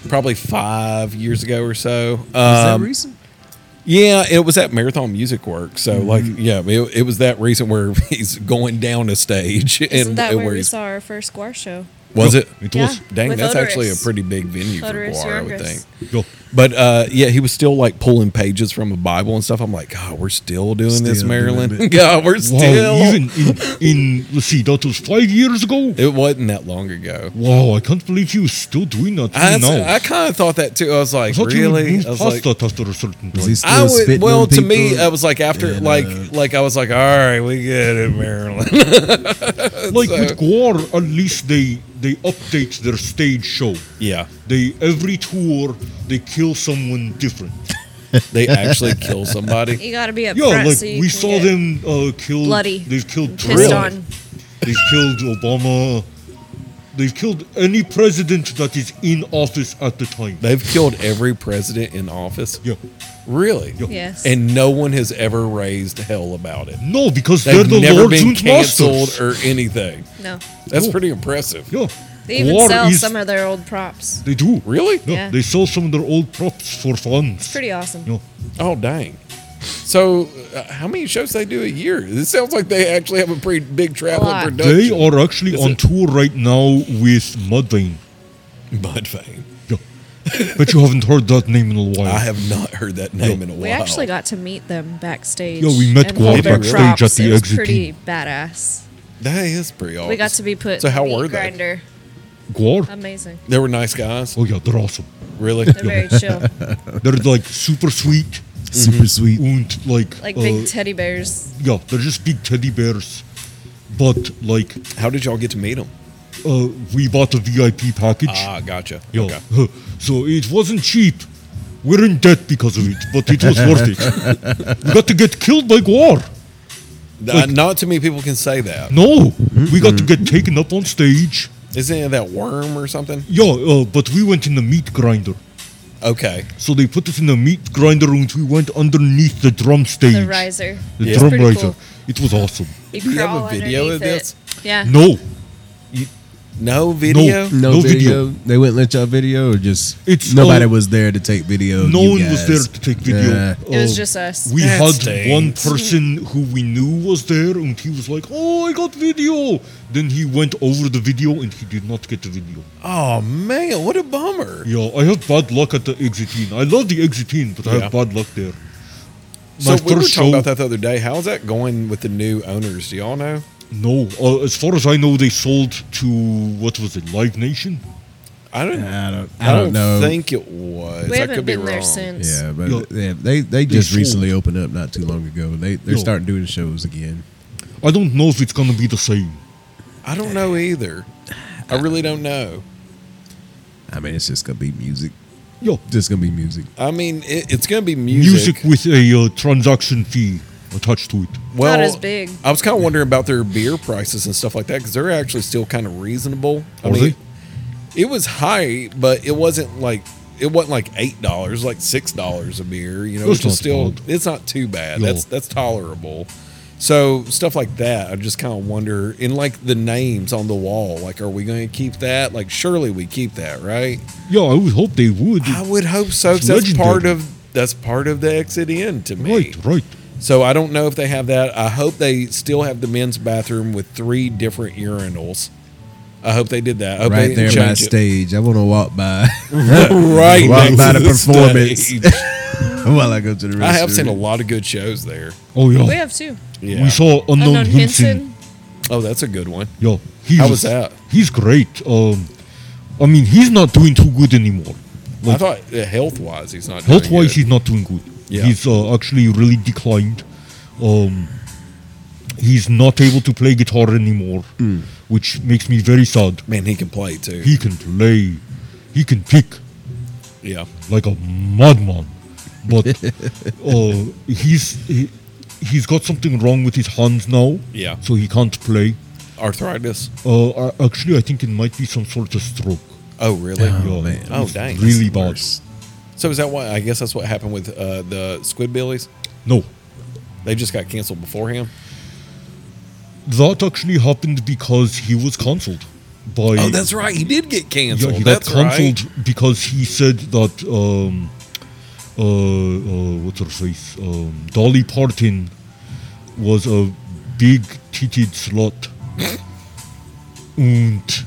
S2: probably five years ago or so. Um,
S1: recent?
S2: Yeah, it was at Marathon Music Works. So, like,
S4: Mm-hmm.
S2: yeah, it, it was that recent where he's going down a stage. And,
S4: Isn't that
S2: and
S4: where we
S2: he's-
S4: saw our first Guar show?
S2: Was
S3: Yo,
S2: it?
S3: It
S4: Yeah.
S3: was.
S2: Dang,
S4: With
S2: that's actually a
S4: Odorous.
S2: pretty big venue
S4: Odorous
S2: for Guar, I would
S4: Youngers.
S2: think.
S3: Yo,
S2: But uh, yeah, he was still like pulling pages from a Bible and stuff. I'm like, God, we're still doing this,
S1: Still doing
S2: Maryland.
S1: it.
S2: God, we're
S3: wow.
S2: still.
S3: Even in, in, let's see, that was five years ago.
S2: it wasn't that long ago.
S3: Wow, I can't believe he was still doing that.
S2: I,
S3: even now.
S2: I kind of thought that too. I was like,
S3: I thought you would
S2: really?
S3: move
S2: I was
S3: past
S2: like,
S3: that after a certain
S1: Was
S3: time.
S1: he
S2: I
S1: still
S2: would.
S1: spitting
S2: Well,
S1: on
S2: to
S1: people?
S2: me, I was like after,
S1: And,
S2: like,
S1: uh,
S2: like I was like, all right, we get it, Maryland.
S3: Like with Guar, at least they they update their stage show.
S2: yeah,
S3: They every tour they kill someone different.
S2: they actually kill somebody.
S4: You got to be up
S3: Yeah,
S4: front.
S3: like
S4: so you
S3: we
S4: can
S3: saw
S4: get
S3: them uh, kill.
S4: bloody
S3: They've killed
S4: pissed
S3: Trump.
S4: on.
S3: They've killed Obama. They've killed any president that is in office at the time.
S2: They've killed every president in office.
S3: Yeah.
S2: Really?
S4: Yes.
S2: And no one has ever raised hell about it.
S3: No, because
S2: They've
S3: they're the
S2: never
S3: lords
S2: been
S3: and
S2: canceled
S3: masters.
S2: or anything.
S4: no.
S2: That's
S3: No.
S2: pretty impressive.
S3: yeah.
S4: They even
S3: War
S4: sell
S3: is-
S4: some of their old props.
S3: They do.
S2: Really?
S3: Yeah,
S4: Yeah.
S3: They sell some of their old props for funds.
S4: Pretty awesome.
S3: Yeah.
S2: Oh, dang. So, uh, how many shows they do a year? It sounds like they actually have a pretty big traveling
S4: lot.
S3: They
S2: production.
S3: are actually
S2: Is
S3: on
S2: it-
S3: tour right now with Mudvayne.
S2: Bud Fane.
S3: Yeah. but you haven't heard that name in a while.
S2: I have not heard that name in a while.
S4: We actually got to meet them backstage.
S3: Yeah, we met
S4: and
S3: Guar
S4: hold their
S3: backstage
S4: props.
S3: at the
S4: it was
S3: exit
S4: Pretty badass.
S2: that is pretty awesome.
S4: We got to be put.
S2: Oh, So how
S4: in the
S2: were
S4: meat
S2: they?
S4: grinder.
S3: Guar?
S4: Amazing.
S2: They were nice guys.
S3: Oh, yeah, they're awesome.
S2: Really?
S4: They're very chill,
S3: They're like super sweet
S2: Mm-hmm.
S1: Super sweet.
S3: and like.
S4: like
S3: uh,
S4: big teddy bears.
S3: yeah, they're just big teddy bears. But like,
S2: How did y'all get to meet them?
S3: uh, we bought a VIP package.
S2: Ah, gotcha.
S3: Yeah.
S2: Okay.
S3: So it wasn't cheap. We're in debt because of it, but it was worth it. we got to get killed by Guar.
S2: Uh, not too many people can say that.
S3: No, we got to
S2: Hmm.
S3: get taken up on stage.
S2: Isn't it that worm or something?
S3: Yeah, uh, but we went in the meat grinder.
S2: Okay.
S3: So they put us in the meat grinder and we went underneath the drum stage.
S4: The riser.
S3: The
S4: It's
S3: drum
S4: pretty
S3: riser.
S4: cool. Uh-huh.
S3: It was awesome.
S4: You
S2: Do you have
S4: crawl
S2: a video of
S4: underneath
S2: this?
S4: It. Yeah.
S3: No,
S2: No video?
S1: No,
S3: No
S1: video.
S3: video.
S1: They wouldn't let y'all video, or just
S3: It's
S1: nobody
S3: no-
S1: was there to take
S2: Oh,
S1: video. of
S3: no
S1: you
S3: one was there
S1: guys?
S3: to take video.
S1: Yeah.
S4: It was
S3: Uh,
S4: just us.
S3: We
S2: That
S3: had
S2: stinks.
S3: one person who we knew was there and he was like, oh, I got video. Then he went over the video and he did not get the video.
S2: Oh, man. What a bummer.
S3: Yeah, I have bad luck at the exit in. I love the exit in, but I
S2: Yeah.
S3: have bad luck there.
S2: So, we were
S3: first
S2: talking
S3: show-
S2: about that the other day. How's that going with the new owners? Do y'all know?
S3: No, uh, as far as I know, they sold to what was it, Live Nation?
S2: I don't
S1: I don't. Uh, I don't know.
S2: think it was.
S4: we
S2: I
S4: haven't
S2: could be
S4: been
S2: wrong.
S4: there since.
S1: yeah, but
S3: Yo,
S1: they, they they just
S3: sold.
S1: recently opened up not too long ago. They they're
S3: Yo.
S1: starting doing shows again.
S3: I don't know if it's gonna be the same.
S2: I don't know either. I really don't know.
S1: I mean, it's just gonna be music.
S3: Yo,
S1: Just gonna be music.
S2: I mean, it, it's going to be
S3: music with a uh, transaction fee attached to it.
S2: well,
S4: Not as big.
S2: I was kind of wondering about their beer prices and stuff like that because they're actually still kind of reasonable. I
S3: Are
S2: mean, it was high, but it wasn't like it wasn't like eight dollars, like six dollars a beer. You know,
S3: That's
S2: which is
S3: not
S2: still
S3: bad.
S2: it's not too bad.
S3: No.
S2: That's that's tolerable. So stuff like that, I just kind of wonder. In like the names on the wall, like are we going to keep that? Like surely we keep that, right?
S3: Yeah, I would hope they would.
S2: I would hope so. 'cause
S3: It's
S2: That's part
S3: legendary.
S2: of that's part of the exit in to me.
S3: right, right.
S2: So I don't know if they have that. I hope they still have the men's bathroom with three different urinals. I hope they did that. I hope
S1: right
S2: they
S1: there
S2: didn't
S1: by
S2: change it.
S1: stage. I want to walk by
S2: Right
S1: Walk
S2: next
S1: by
S2: to
S1: the performance.
S2: stage.
S1: while I go to the restroom.
S2: I have seen a lot of good shows there.
S3: Oh yeah,
S4: We have two.
S2: Yeah.
S3: we saw unknown,
S4: Unknown
S3: Hinson.
S4: Henson.
S2: oh, that's a good one.
S3: Yeah, he's,
S2: How was that?
S3: He's great. Um, I mean, he's not doing too good anymore.
S2: I
S3: Like,
S2: thought uh, health wise, he's not. doing
S3: health wise,
S2: good.
S3: he's not doing good.
S2: Oh, Yeah.
S3: He's uh, actually really declined. Um, he's not able to play guitar anymore,
S2: Mm.
S3: which makes me very sad.
S2: man, he can play too.
S3: He can play, he can pick
S2: yeah,
S3: like a madman, but uh, he's he, he's got something wrong with his hands now.
S2: Yeah.
S3: so he can't play.
S2: arthritis.
S3: Uh, I- actually, I think it might be some sort of stroke.
S2: Oh, really?
S1: Oh,
S3: Yeah,
S1: man.
S2: Oh, dang.
S3: Really
S1: That's
S3: bad.
S1: worse.
S2: So is that why? I guess that's what happened with uh, the Squidbillies.
S3: No,
S2: They just got canceled before him.
S3: that actually happened because he was cancelled by.
S2: Oh, that's right. He did get canceled.
S3: Yeah, he got
S2: that's
S3: cancelled
S2: right.
S3: because he said that. Um, uh, uh, what's her face? Um, Dolly Parton was a big titted slut, and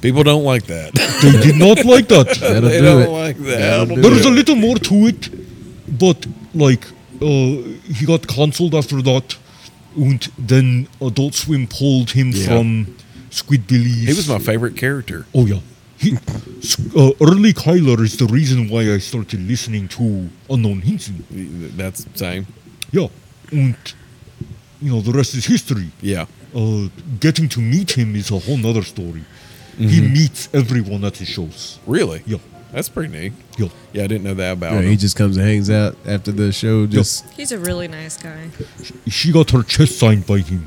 S2: People don't like that.
S3: they did not like that.
S1: That'll
S2: they
S1: do
S2: don't
S1: it.
S2: like that.
S1: That'll
S2: That'll
S1: do
S2: do
S3: There is a
S2: it.
S3: little more to it, but like uh, he got cancelled after that, and then Adult Swim pulled him
S2: Yeah.
S3: from Squidbillies.
S2: He was my favorite character.
S3: oh yeah. He, s- uh, early Kyler is the reason why I started listening to Unknown Hinson.
S2: That's the same.
S3: Yeah, and you know the rest is history.
S2: Yeah.
S3: Uh, getting to meet him is a whole nother story. He
S2: Mm-hmm.
S3: meets everyone at his shows.
S2: Really?
S3: Yeah,
S2: That's pretty neat.
S3: yeah.
S2: Yeah, I didn't know that about
S1: Yeah,
S2: him.
S1: he just comes and hangs out after the show. Just
S4: He's a really nice guy.
S3: She got her chest signed by him.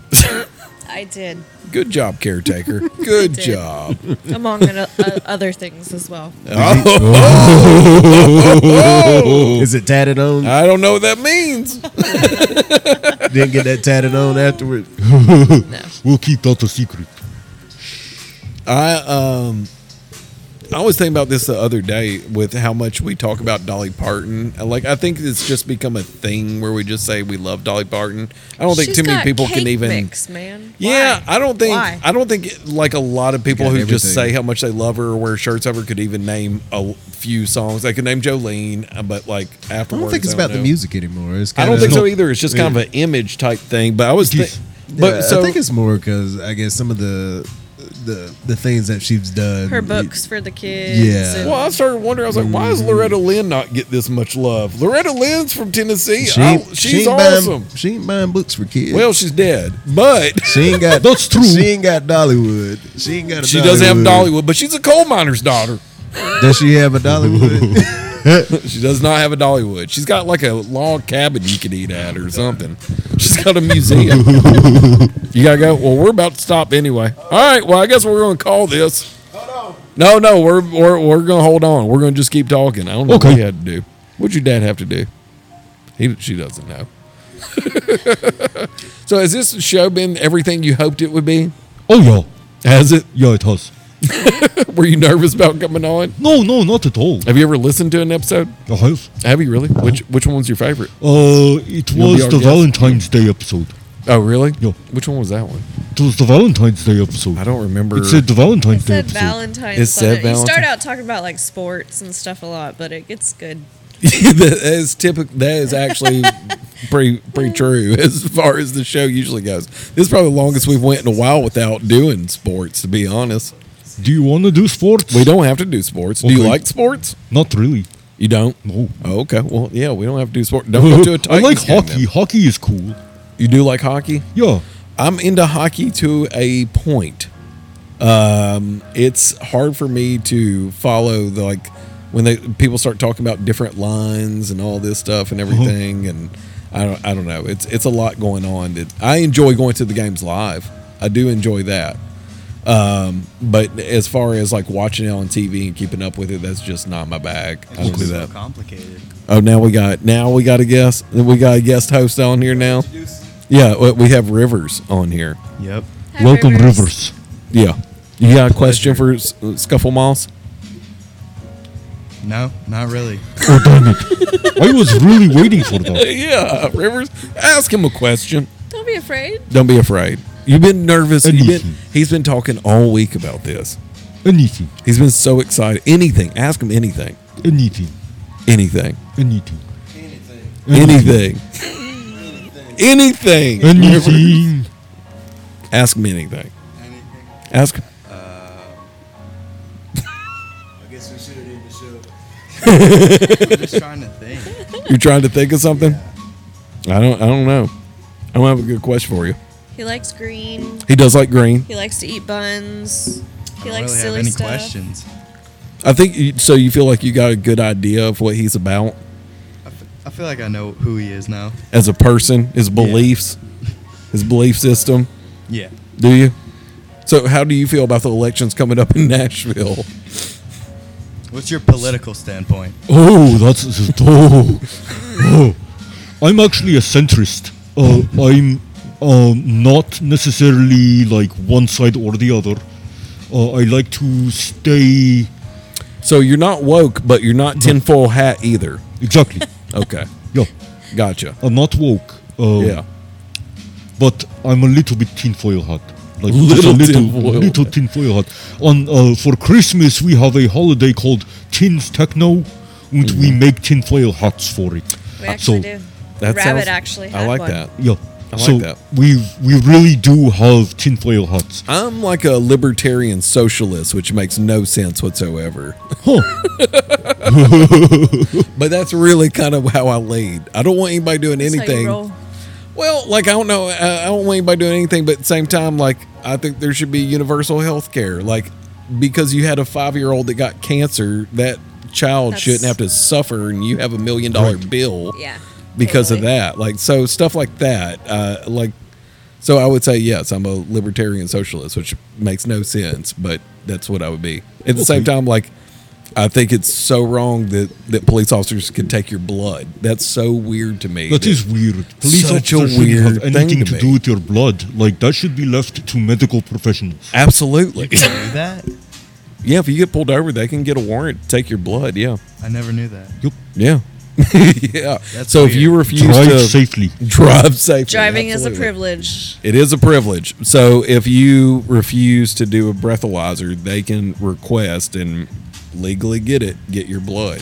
S4: I did,
S2: Good job, caretaker. Good
S4: did.
S2: job.
S4: among o- o- other things as well.
S1: is it tatted on?
S2: Oh. I don't know what that means.
S1: Didn't get that tatted on afterward.
S4: No.
S3: We'll keep that a secret.
S2: I um I was thinking about this the other day with how much we talk about Dolly Parton. Like, I think it's just become a thing where we just say we love Dolly Parton. I don't think
S4: She's
S2: too many
S4: got
S2: people
S4: cake
S2: can even.
S4: mix, man.
S2: Yeah,
S4: Why?
S2: I don't think
S4: Why?
S2: I don't think like a lot of people
S1: got
S2: who just
S1: everything.
S2: say how much they love her or wear shirts of her could even name a few songs. They could name Jolene, uh, but like
S1: I
S2: afterwards,
S1: don't think it's about the
S2: know.
S1: music anymore. It's
S2: I
S1: kind
S2: don't think
S1: of,
S2: so either. It's just kind of an image type thing. But I was,
S3: It
S2: thi-
S3: is.
S2: but
S1: Yeah,
S2: so
S1: I think it's more because I guess some of the the the things that she's done.
S4: Her books for the kids.
S1: Yeah.
S4: and-
S2: Well, I started wondering. I was like, why does Loretta Lynn not get this much love? Loretta Lynn's from Tennessee.
S1: She,
S2: I-
S1: ain't-
S2: Oh, she's
S1: she ain't
S2: awesome.
S1: Buying, she ain't buying books for kids.
S2: well, she's dead, but
S1: she ain't got.
S3: That's true.
S1: She ain't got Dollywood. She ain't got. A
S2: she does have
S1: Dollywood.
S2: Dollywood. But she's a coal miner's daughter.
S1: Does she have a Dollywood?
S2: She does not have a Dollywood. She's got like a log cabin you could eat at or something. She's got a museum. you gotta go. Well, we're about to stop anyway. All right. Well, I guess we're gonna call this. No, no, we're we're, we're gonna hold on. We're gonna just keep talking. I don't know what
S3: Okay.
S2: he had to do. What'd your dad have to do? He she doesn't know. so has this show been everything you hoped it would be?
S3: Oh yeah,
S2: Has it?
S3: yeah, it has.
S2: Were you nervous about coming on?
S3: No, no, not at all.
S2: Have you ever listened to an episode?
S3: I have.
S2: Have you really? Which which one was your favorite?
S3: Uh, it
S2: You'll be
S3: was
S2: our
S3: the
S2: guest.
S3: Valentine's Day episode.
S2: Oh, really?
S3: Yeah.
S2: Which one was that one?
S3: It was the Valentine's Day episode.
S2: I don't remember.
S3: It said the
S4: It
S3: Valentine's Day
S4: said
S3: episode.
S4: Valentine's.
S2: It
S4: on
S2: said
S4: You start
S2: Valentine.
S4: out talking about like sports and stuff a lot, but it gets good.
S2: that is typical. That is actually pretty pretty true as far as the show usually goes. This is probably the longest we've went in a while without doing sports. To be honest,
S3: do you want to do sports?
S2: we don't have to do sports. Do you
S3: Okay.
S2: like sports?
S3: Not really.
S2: You don't.
S3: No.
S2: Oh, okay. Well, yeah, we don't have to do sport. Don't go to a
S3: I
S2: Titans
S3: like
S2: game,
S3: hockey.
S2: then.
S3: Hockey is cool.
S2: You do like hockey?
S3: Yeah.
S2: I'm into hockey to a point. Um, it's hard for me to follow the like when they people start talking about different lines and all this stuff and everything, and I don't I don't know. It's it's a lot going on. It, I enjoy going to the games live. I do enjoy that. Um, but as far as like watching it on TV and keeping up with it, that's just not my bag. I don't do
S5: so
S2: that.
S5: complicated.
S2: Oh, now we got now we got a guest. We got a guest host on here now. Yeah, we- we have Rivers on here.
S5: Yep.
S4: Hi,
S3: Welcome, Rivers.
S2: Yeah. You got a question for S- Scuffle Moss?
S5: No, not really.
S3: Oh, damn it. I was really waiting for that.
S2: Uh, Yeah, Rivers. Ask him a question.
S4: Don't be afraid.
S2: Don't be afraid. You've been nervous. You've been,
S3: Anything.
S2: he's been talking all week about this.
S3: Anything.
S2: He's been so excited. Anything. Ask him anything.
S3: Anything.
S2: Anything.
S3: Anything.
S2: Anything. anything.
S3: Anything.
S2: Ask him anything. Ask him.
S5: I guess we should have ended the show. I'm just trying to think.
S2: You're trying to think of something? I don't I don't know. I don't have a good question for you.
S4: He likes green.
S2: He does like green.
S4: He likes to eat buns. He
S5: I don't
S4: likes
S5: really
S4: silly
S5: have any
S4: stuff.
S5: questions.
S2: I think you, so you feel like you got a good idea of what he's about.
S5: I, f- I feel like I know who he is now.
S2: as a person, his beliefs, his belief system.
S5: Yeah.
S2: Do you? So, how do you feel about the elections coming up in Nashville?
S5: What's your political standpoint?
S3: Oh, that's oh, oh. I'm actually a centrist. Uh, I'm um, not necessarily like one side or the other. Uh, I like to stay
S2: So, you're not woke, but you're not tinfoil hat either.
S3: exactly.
S2: Okay,
S3: yeah,
S2: gotcha.
S3: I'm not woke. Uh,
S2: Yeah,
S3: but I'm a little bit tinfoil hat. Like
S2: Little
S3: just a little,
S2: tinfoil.
S3: little tinfoil hat. On uh, for Christmas we have a holiday called Tins Techno, and we
S2: Mm.
S3: make tinfoil hats for it.
S4: We actually do.
S2: that
S4: Rabbit
S2: sounds-
S4: actually. Had
S2: I like
S4: one.
S2: that.
S3: Yeah.
S2: I like
S3: so
S2: that.
S3: we we really do have tinfoil hats.
S2: I'm like a libertarian socialist, which makes no sense whatsoever. but that's really kind of how I lead. I don't want anybody doing
S4: That's how you
S2: anything.
S4: roll.
S2: Well, like I don't know, I I don't want anybody doing anything, but at the same time, like I think there should be universal health care. Like because you had a five year old that got cancer, that child
S4: That's-
S2: shouldn't have to suffer, and you have a million dollar bill
S4: Yeah.
S2: because of
S4: totally.
S2: that. Like so, stuff like that. Uh, like so, I would say yes, I'm a libertarian socialist, which makes no sense, but that's what I would be. At the same time, like I think it's so wrong that that police officers can take your blood. That's so weird to me.
S3: That
S2: that-
S3: is weird. Police
S2: Such a
S3: officers shouldn't
S2: weird
S3: have
S2: thing
S3: anything
S2: to
S3: to,
S2: me.
S3: do with your blood. Like that should be left to medical professionals.
S2: Absolutely.
S5: Do that?
S2: Yeah, if you get pulled over, they can get a warrant, to take your blood. Yeah,
S5: I never knew that.
S2: yeah, yeah.
S5: That's
S2: so if
S5: weird.
S2: you refuse
S3: Drive
S2: to
S3: safely.
S2: drive safely,
S4: Driving is a
S2: absolutely.
S4: privilege.
S2: It is a privilege. So if you refuse to do a breathalyzer, they can request and legally get it, get your blood,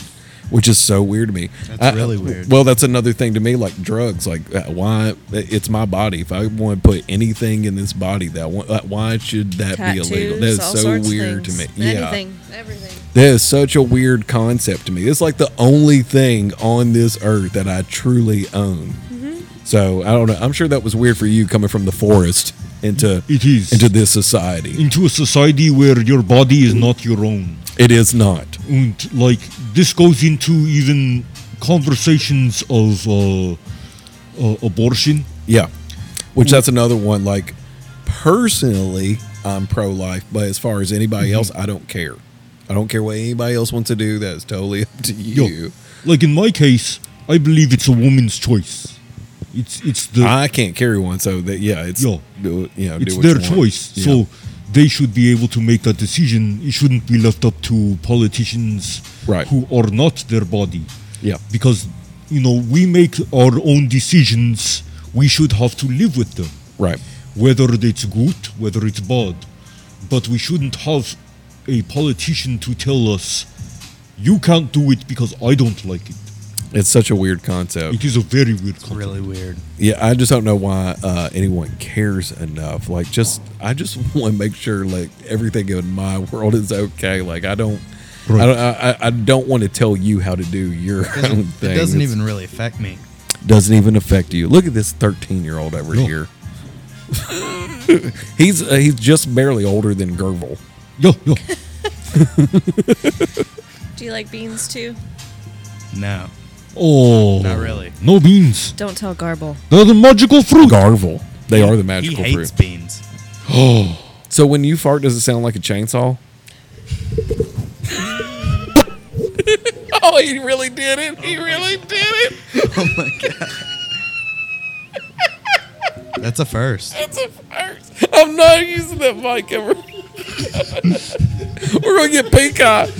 S2: which is so weird to me.
S5: That's really weird.
S2: Well, that's another thing to me, like drugs. Like uh, why it's my body. If I want to put anything in this body, that one- uh, why should that
S4: Tattoos,
S2: be illegal? That is
S4: all
S2: so
S4: sorts of
S2: weird
S4: things.
S2: to me. Yeah.
S4: Anything, everything.
S2: That is such a weird concept to me. It's like the only thing on this earth that I truly own.
S3: Mm-hmm.
S2: So I don't know. I'm sure that was weird for you coming from the forest into
S3: It is.
S2: into this society.
S3: Into a society where your body is not your own.
S2: It is not.
S3: And like this goes into even conversations of uh, uh, abortion.
S2: Yeah. Which that's another one. Like personally, I'm pro life, but as far as anybody
S3: Mm-hmm.
S2: else, I don't care. I don't care what anybody else wants to do. That is totally up to
S3: Yo,
S2: you.
S3: like in my case, I believe it's a woman's choice. It's it's the
S2: I can't carry one, so that yeah, it's
S3: Yo,
S2: do, you know, do
S3: it's
S2: what
S3: their
S2: you want.
S3: choice.
S2: Yeah.
S3: So they should be able to make that decision. It shouldn't be left up to politicians
S2: Right.
S3: who are not their body.
S2: Yeah.
S3: Because you know, we make our own decisions. We should have to live with them.
S2: right.
S3: Whether it's good, whether it's bad. But we shouldn't have a politician to tell us you can't do it because I don't like it.
S2: It's such a weird concept.
S3: It is a very weird concept.
S5: Really weird.
S2: Yeah, I just don't know why uh, anyone cares enough. Like, just I just want to make sure like everything in my world is okay. Like, I don't, I
S3: Right.
S2: don't, I, I- I don't want to tell you how to do your own thing.
S5: It doesn't
S2: It's-
S5: even really affect me.
S2: doesn't even affect you. Look at this thirteen-year-old over
S3: No.
S2: here. he's uh, he's just barely older than Gervil.
S3: Yo, yo.
S4: Do you like beans too?
S5: No.
S3: Oh.
S5: Not really.
S3: No beans.
S4: Don't tell Garble.
S3: They're the magical fruit.
S2: Garvil. They are the magical
S5: He hates
S2: fruit.
S5: beans.
S2: So when you fart, does it sound like a chainsaw? oh, he really did it. He really did it.
S5: That's a first.
S2: That's a first. I'm not using that mic ever. We're gonna get peacock.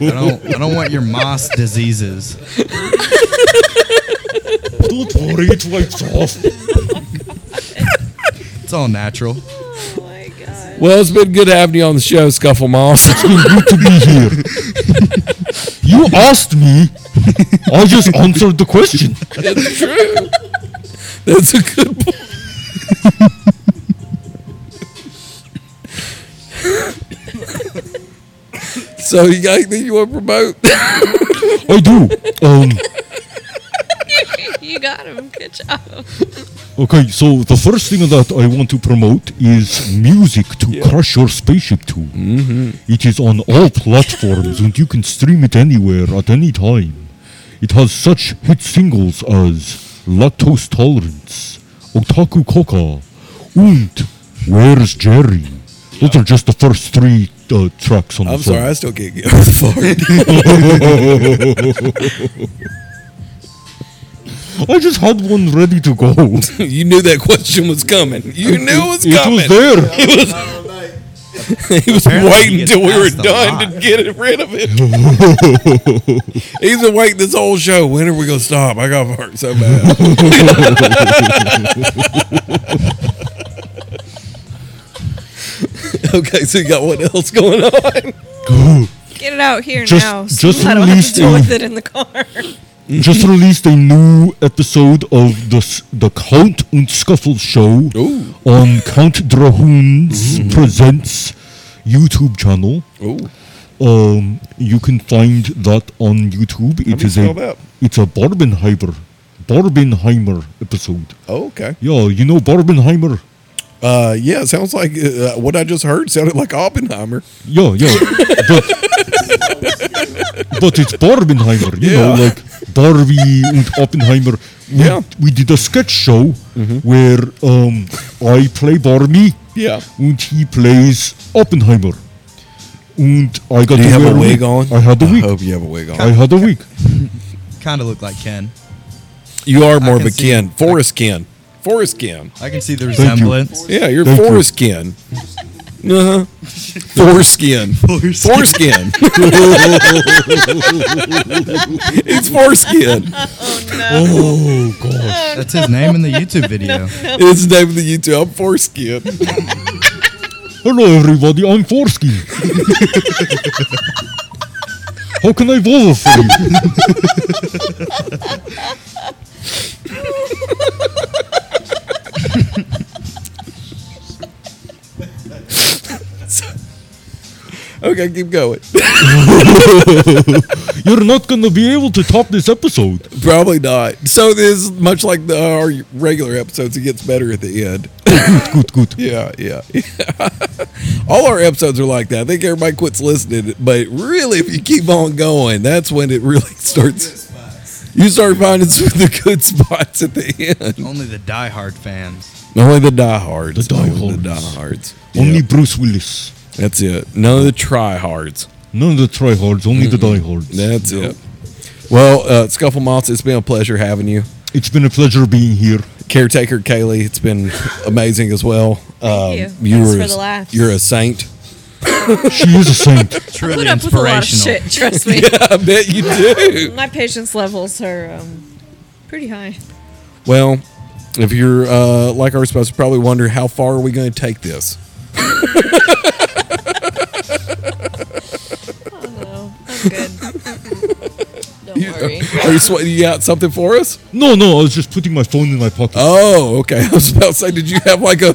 S5: I don't. I don't want your moss diseases.
S3: Don't worry, it wipes off.
S5: It's all natural.
S4: Oh my god.
S2: Well, it's been good having you on the show, Scuffle Moss.
S3: You asked me. I just answered the question.
S2: it's true. That's a good point. so you got anything you want to promote?
S3: I do. Um.
S4: You got him. Good job.
S3: Okay, so the first thing that I want to promote is music to crush your spaceship to.
S2: Mm-hmm.
S3: It is on all platforms and you can stream it anywhere at any time. It has such hit singles as Lactose Tolerance, Otaku Coca, and Where's Jerry? Those are just the first three uh, tracks on
S2: I'm
S3: the
S2: sorry, I still can't get over the fart.
S3: I just had one ready to go. it
S2: you knew that question was coming. You knew it was coming.
S3: was there.
S2: He was
S5: Apparently he
S2: waiting
S5: gets
S2: till we were
S5: asked a
S2: done to
S5: lot.
S2: get it rid of it. He's been waiting this whole show. When are we gonna stop? I got hurt so bad. okay, so you got what else going on?
S4: Get it out here
S3: Just-
S4: now.
S3: just
S4: I don't have
S3: released
S4: to deal
S3: a-
S4: with it in the car.
S3: just released a new episode of the s- the Count und Scuffle show
S2: Ooh. Mm-hmm.
S3: on Count Drahoon's presents YouTube channel.
S2: Oh,
S3: Um, you can find that on YouTube. It
S2: do you
S3: is
S2: spell
S3: a
S2: that?
S3: it's a Barbenheimer Barbenheimer episode.
S2: okay.
S3: Yeah, you know Barbenheimer.
S2: Uh, yeah, sounds like uh, what I just heard sounded like Oppenheimer.
S3: Yeah, yeah. but, but it's Barbenheimer, you know,
S2: Yeah.
S3: like Barbie and Oppenheimer. We,
S2: Yeah.
S3: we did a sketch show
S2: Mhm.
S3: where um, I play Barbie
S2: Yeah.
S3: and he plays Oppenheimer. And I got
S2: Do you
S3: to
S2: have
S3: wear
S2: a wig on?
S3: I had a
S2: I
S3: wig.
S2: hope you have a wig on.
S3: I had a wig.
S5: Kind of look like Ken.
S2: you are more of
S5: can
S2: a
S5: see-
S2: Ken, Forest Ken, Forest Ken.
S5: I can see the
S3: you.
S5: resemblance.
S2: Yeah, you're
S3: Thank you.
S2: Forest Ken. Uh-huh. Foreskin. Foreskin. it's foreskin.
S3: Oh god.
S6: That's his name in the YouTube video.
S2: It's the name of the YouTube. I'm foreskin.
S3: Hello everybody, I'm Forsky. How can I vote for you?
S2: Okay, keep going.
S3: You're not gonna be able to top this episode.
S2: Probably not. So this is much like the, our regular episodes. It gets better at the end.
S3: Good, good.
S2: Yeah, yeah. All our episodes are like that. I think everybody quits listening, but really, if you keep on going, that's when it really starts. You start finding some of the good spots at the end.
S6: Only the diehard fans.
S2: Only the diehards.
S3: The
S2: Only The
S3: diehards.
S2: diehards.
S3: Only
S2: Yeah,
S3: Bruce Willis.
S2: that's it. None of the tryhards.
S3: None of the tryhards, only the diehards.
S2: That's it. Well, uh, Scuffle Moths, it's been a pleasure having you.
S3: It's been a pleasure being here.
S2: caretaker Kaylee. It's been amazing as well.
S4: Thank you.
S2: are
S4: Thanks for the laughs.
S2: you're a saint.
S3: She is a saint.
S6: Truly
S4: Put up with a lot of
S6: inspirational.
S4: shit. Trust me.
S2: I bet you do.
S4: My patience levels are um, pretty high.
S2: well, if you're uh, like our spouse, you probably wonder how far are we going to take this.
S4: Oh, I'm good. Don't worry.
S2: Are you, sw- you got something for us?
S3: No, no, I was just putting my phone in my pocket.
S2: Oh, okay. I was about to say, did you have like a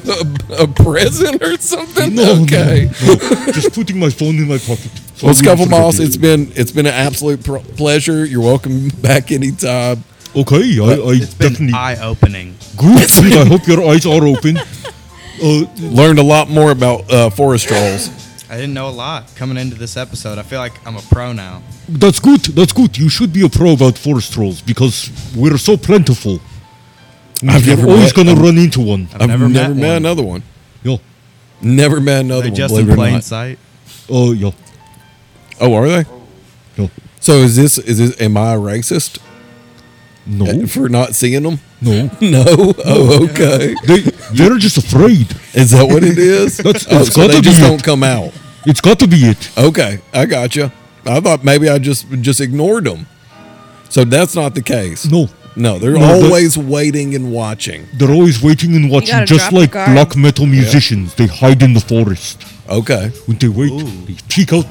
S2: a, a present or something?
S3: no, no,
S2: okay.
S3: no, just putting my phone in my pocket. So
S2: Well,
S3: I wouldn't
S2: Scuffle
S3: forget
S2: Moss,
S3: it.
S2: it's been it's been an absolute pr- pleasure. You're welcome back anytime.
S3: okay. I, I
S6: It's been
S3: definitely
S6: eye-opening.
S3: good. good. I hope your eyes are open. Uh,
S2: Learned a lot more about uh, forest trolls.
S6: I didn't know a lot coming into this episode. I feel like I'm a pro now.
S3: that's good. That's good. You should be a pro about forest trolls because we're so plentiful.
S2: I've
S3: You're
S2: never
S3: always
S2: met-
S3: gonna run into one.
S6: I've, never, met, one.
S2: another one.
S3: Yeah.
S2: Never met another
S6: Are they
S2: one.
S6: just
S2: believe
S6: in
S2: it or
S6: plain
S2: not.
S6: sight?
S3: Oh, yeah.
S2: Oh, are they?
S3: Yeah.
S2: So is this is this am I a racist
S3: No,
S2: for not seeing them?
S3: no.
S2: No. Oh, okay.
S3: They they're just afraid.
S2: Is that what it is?
S3: That's-
S2: oh,
S3: it's
S2: so
S3: gotta
S2: they just
S3: be it.
S2: don't come out.
S3: It's got to be it.
S2: Okay, I got you. I thought maybe I just just ignored them. So that's not the case.
S3: No,
S2: No, they're
S3: No, but-
S2: always waiting and watching.
S3: they're always waiting and watching,
S4: gotta
S3: just
S4: drop the
S3: like
S4: guard.
S3: black metal musicians. They hide in the forest.
S2: Okay.
S3: When they wait, they peek out.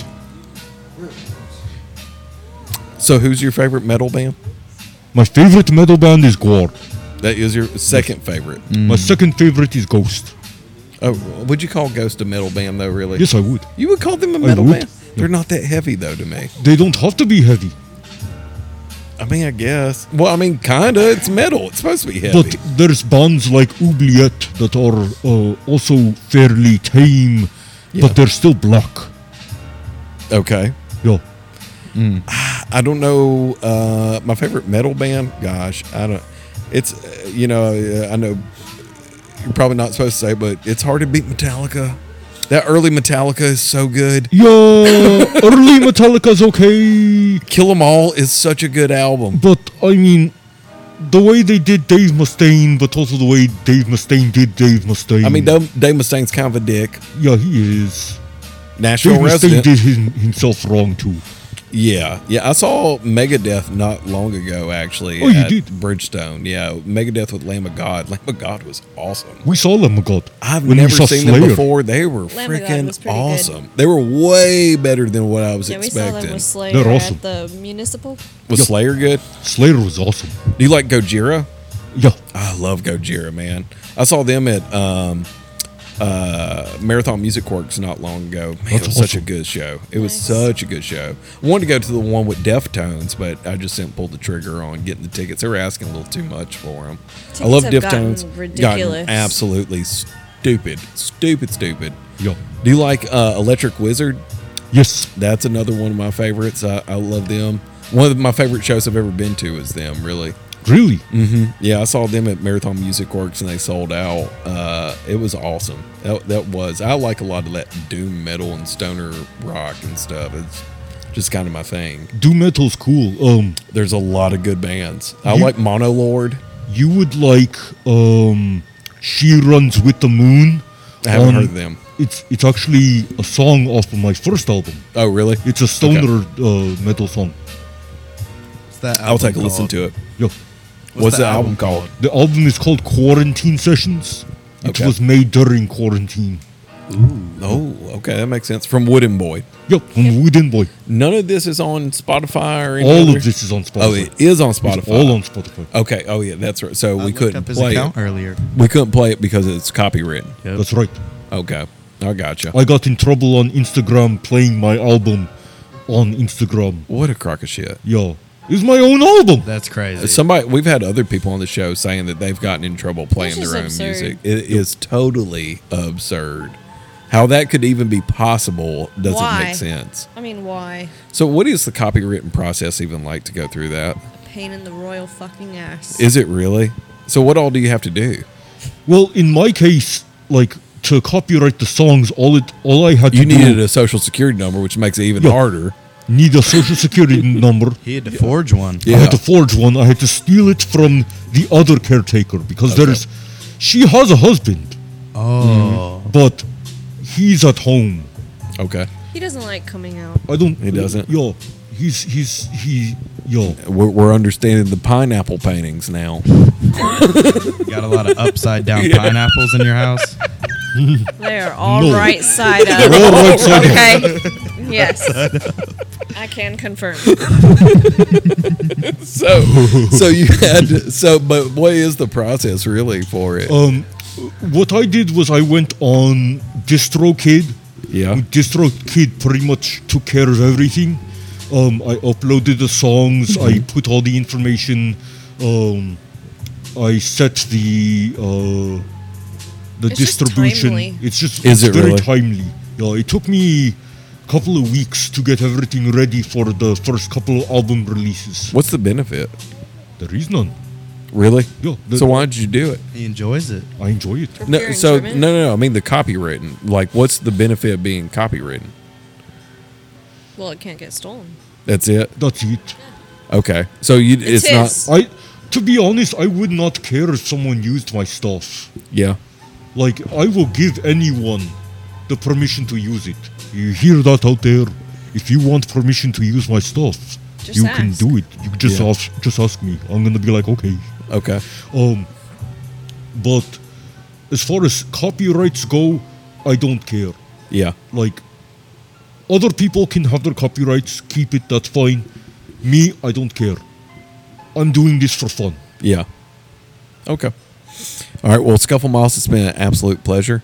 S2: So who's your favorite metal band?
S3: My favorite metal band is Gore.
S2: That is your second favorite.
S3: My second favorite is Ghost.
S2: Oh, would you call Ghost a metal band though? Really?
S3: Yes, I would.
S2: You would call
S5: Oh,
S2: them a metal
S3: would.
S2: band. They're not that heavy though to me.
S3: They don't have to be heavy,
S2: I mean, I guess. Well, I mean, kinda. It's metal. It's supposed to be heavy.
S3: but there's bands like Oubliette that are uh, also fairly tame,
S2: Yeah.
S3: but they're still black.
S2: okay.
S3: Yeah,
S2: I don't know. Uh, my favorite metal band. Gosh, I don't. It's uh, you know uh, I know you're probably not supposed to say, but it's hard to beat Metallica. That early Metallica is so good.
S3: yeah. early Metallica's okay,
S2: Kill 'Em All is such a good album.
S3: but I mean, the way they did Dave Mustaine, but also the way Dave Mustaine did Dave Mustaine.
S2: I mean, Dave Dave Mustaine's kind of a dick.
S3: yeah, he is.
S2: Nashville
S3: Dave Mustaine
S2: resident.
S3: did him, himself wrong too.
S2: Yeah, yeah. I saw Megadeth not long ago, actually.
S3: Oh, you
S2: at
S3: did?
S2: Bridgestone. Yeah, Megadeth with Lamb of God. Lamb of God was awesome.
S3: We saw Lamb of God.
S2: I've
S3: when we
S2: never
S3: saw
S2: seen
S3: Slayer.
S2: them before. They were
S4: Lamb of God was
S2: freaking
S4: pretty good.
S2: awesome. They were way better than what I was
S4: Yeah, we saw
S2: expecting.
S4: them with Slayer
S3: They're awesome.
S4: at the municipal.
S2: Was Slayer good?
S3: Slayer was awesome.
S2: Do you like Gojira?
S3: Yeah,
S2: I love Gojira, man. I saw them at um, uh, Marathon Music Works not long ago. Man, it
S3: That's
S2: was such a
S3: awesome.
S2: good show. It was
S4: Nice.
S2: such a good show. I wanted to go to the one with Deftones, but I just didn't pull the trigger on getting the tickets. They were asking a little too much for them. I
S4: Tickets
S2: love
S4: have gotten
S2: Deftones. Gotten
S4: ridiculous.
S2: absolutely stupid, stupid, stupid.
S3: yeah.
S2: Do you like uh, Electric Wizard?
S3: Yes,
S2: That's another one of my favorites. I, I love them. One of my favorite shows I've ever been to is them. Really.
S3: really.
S2: Yeah, I saw them at Marathon Music Works and they sold out. Uh, it was awesome. That, that was. I like a lot of that doom metal and stoner rock and stuff. It's just kind of my thing.
S3: Doom metal's cool. Um,
S2: There's a lot of good bands. I
S3: You-
S2: like Monolord.
S3: you would like um, she runs with the moon.
S2: I haven't
S3: on-
S2: heard of them.
S3: it's it's actually a song off of my first album.
S2: Oh, really?
S3: It's a stoner uh, metal song.
S6: What's that
S2: I'll take a
S6: album
S2: listen
S6: called?
S2: to it.
S3: Yeah.
S6: What's
S2: What's
S6: the
S2: the
S6: album
S2: album called?
S3: The album is called Quarantine Sessions. It
S2: Okay.
S3: was made during quarantine.
S2: Oh, okay, that makes sense. From Wooden Boy.
S3: Yeah, from Wooden Boy.
S2: None of this is on Spotify or any
S3: All
S2: other-
S3: of this is on Spotify.
S2: Oh, it is on Spotify.
S3: It's all on Spotify.
S2: Okay. Oh yeah, that's right. So
S6: I
S2: we
S6: looked
S2: couldn't
S6: up his
S2: play
S6: account
S2: it.
S6: earlier.
S2: We couldn't play it because it's copywritten.
S3: That's right.
S2: Okay, I gotcha.
S3: I got in trouble on Instagram playing my album on Instagram.
S2: What a crock of shit.
S3: Yeah. It's my own album.
S6: That's crazy.
S2: Somebody we've had other people on the show saying that they've gotten in trouble playing
S4: That's
S2: their
S4: just
S2: own
S4: absurd.
S2: music. It is totally absurd. How that could even be possible doesn't
S4: Why?
S2: make sense.
S4: I mean, why?
S2: So what is the copywritten process even like to go through that?
S4: A pain in the royal fucking ass.
S2: Is it really? So what all do you have to do?
S3: Well, in my case, like to copyright the songs, all it all I had to
S2: You
S3: do
S2: needed a social security number, which makes it even
S3: Mm-hmm. Yeah.
S2: harder.
S3: need a social security number.
S6: he had to forge one.
S3: I
S2: Yeah.
S3: had to forge one. I had to steal it from the other caretaker because
S2: Okay.
S3: there's she has a husband,
S6: Oh.
S3: but he's at home.
S2: Okay.
S4: He doesn't like coming out.
S3: I don't.
S2: He doesn't?
S3: Yo, he's he's he. Yo,
S2: We're, we're understanding the pineapple paintings now. Mm-hmm.
S6: Got a lot of upside down pineapples in your house.
S4: They are all right
S3: No.
S4: side
S3: we're
S4: up.
S3: all right side up.
S4: Okay. Yes. I can confirm.
S2: So, so you had so, but what is the process really for it?
S3: Um, what I did was I went on DistroKid.
S2: Yeah.
S3: DistroKid pretty much took care of everything. Um, I uploaded the songs.
S2: Mhm.
S3: I put all the information. Um, I set the uh, the
S4: It's just
S3: distribution.
S4: timely.
S3: it's just
S2: Is
S3: it's
S2: it
S3: very
S2: really?
S3: timely. Yeah, it took me a couple of weeks to get everything ready for the first couple of album releases.
S2: What's the benefit?
S3: There is none.
S2: Really?
S3: Yeah, the-
S2: so why did you do it?
S6: He enjoys it.
S3: I enjoy it.
S4: For
S2: No,
S4: pure
S2: so no,
S4: enjoyment.
S2: no, no. I mean the copywritten. Like, what's the benefit of being copywritten?
S4: Well, it can't get stolen.
S2: That's it.
S3: That's it.
S2: Okay. So you, it's,
S4: It's
S2: not.
S4: his.
S3: I, to be honest, I would not care if someone used my stuff.
S2: Yeah.
S3: Like, I will give anyone the permission to use it. You hear that out there? If you want permission to use my stuff,
S4: Just
S3: you can
S4: ask.
S3: do it. You just
S2: Yeah.
S3: ask. Just ask me. I'm gonna be like, okay.
S2: Okay.
S3: Um, but as far as copyrights go, I don't care.
S2: Yeah.
S3: Like, other people can have their copyrights. Keep it. That's fine. Me, I don't care. I'm doing this for fun.
S2: Yeah. Okay. All right. Well, Scuffle Moss, it's been an absolute pleasure.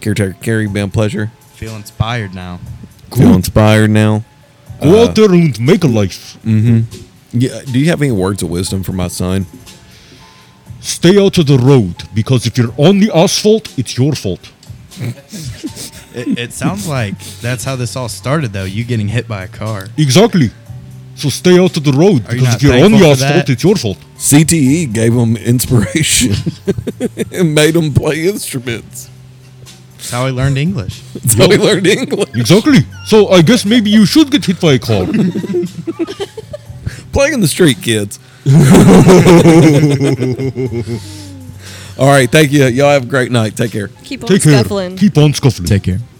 S2: Caretaker Carrie, been a pleasure.
S6: Feel inspired now.
S2: Feel inspired now. Uh,
S3: Go out there and make a life.
S2: Yeah. Do you have any words of wisdom for my son?
S3: Stay out of the road because if you're on the asphalt, it's your fault.
S6: It, it sounds like that's how this all started, though. You getting hit by a car.
S3: Exactly. So stay out of the road
S6: Are you
S3: because
S6: not
S3: if you're on the
S6: thankful for
S3: asphalt,
S6: that?
S3: it's your fault.
S2: CTE E gave him inspiration and made him play instruments.
S6: That's how I learned English.
S2: So he learned English.
S3: Exactly. So I guess maybe you should get hit by a car.
S2: Play in the street, kids. All right. Thank you. Y'all have a great night. Take care.
S4: Keep on
S3: Take care.
S4: scuffling.
S3: Keep on scuffling.
S6: care.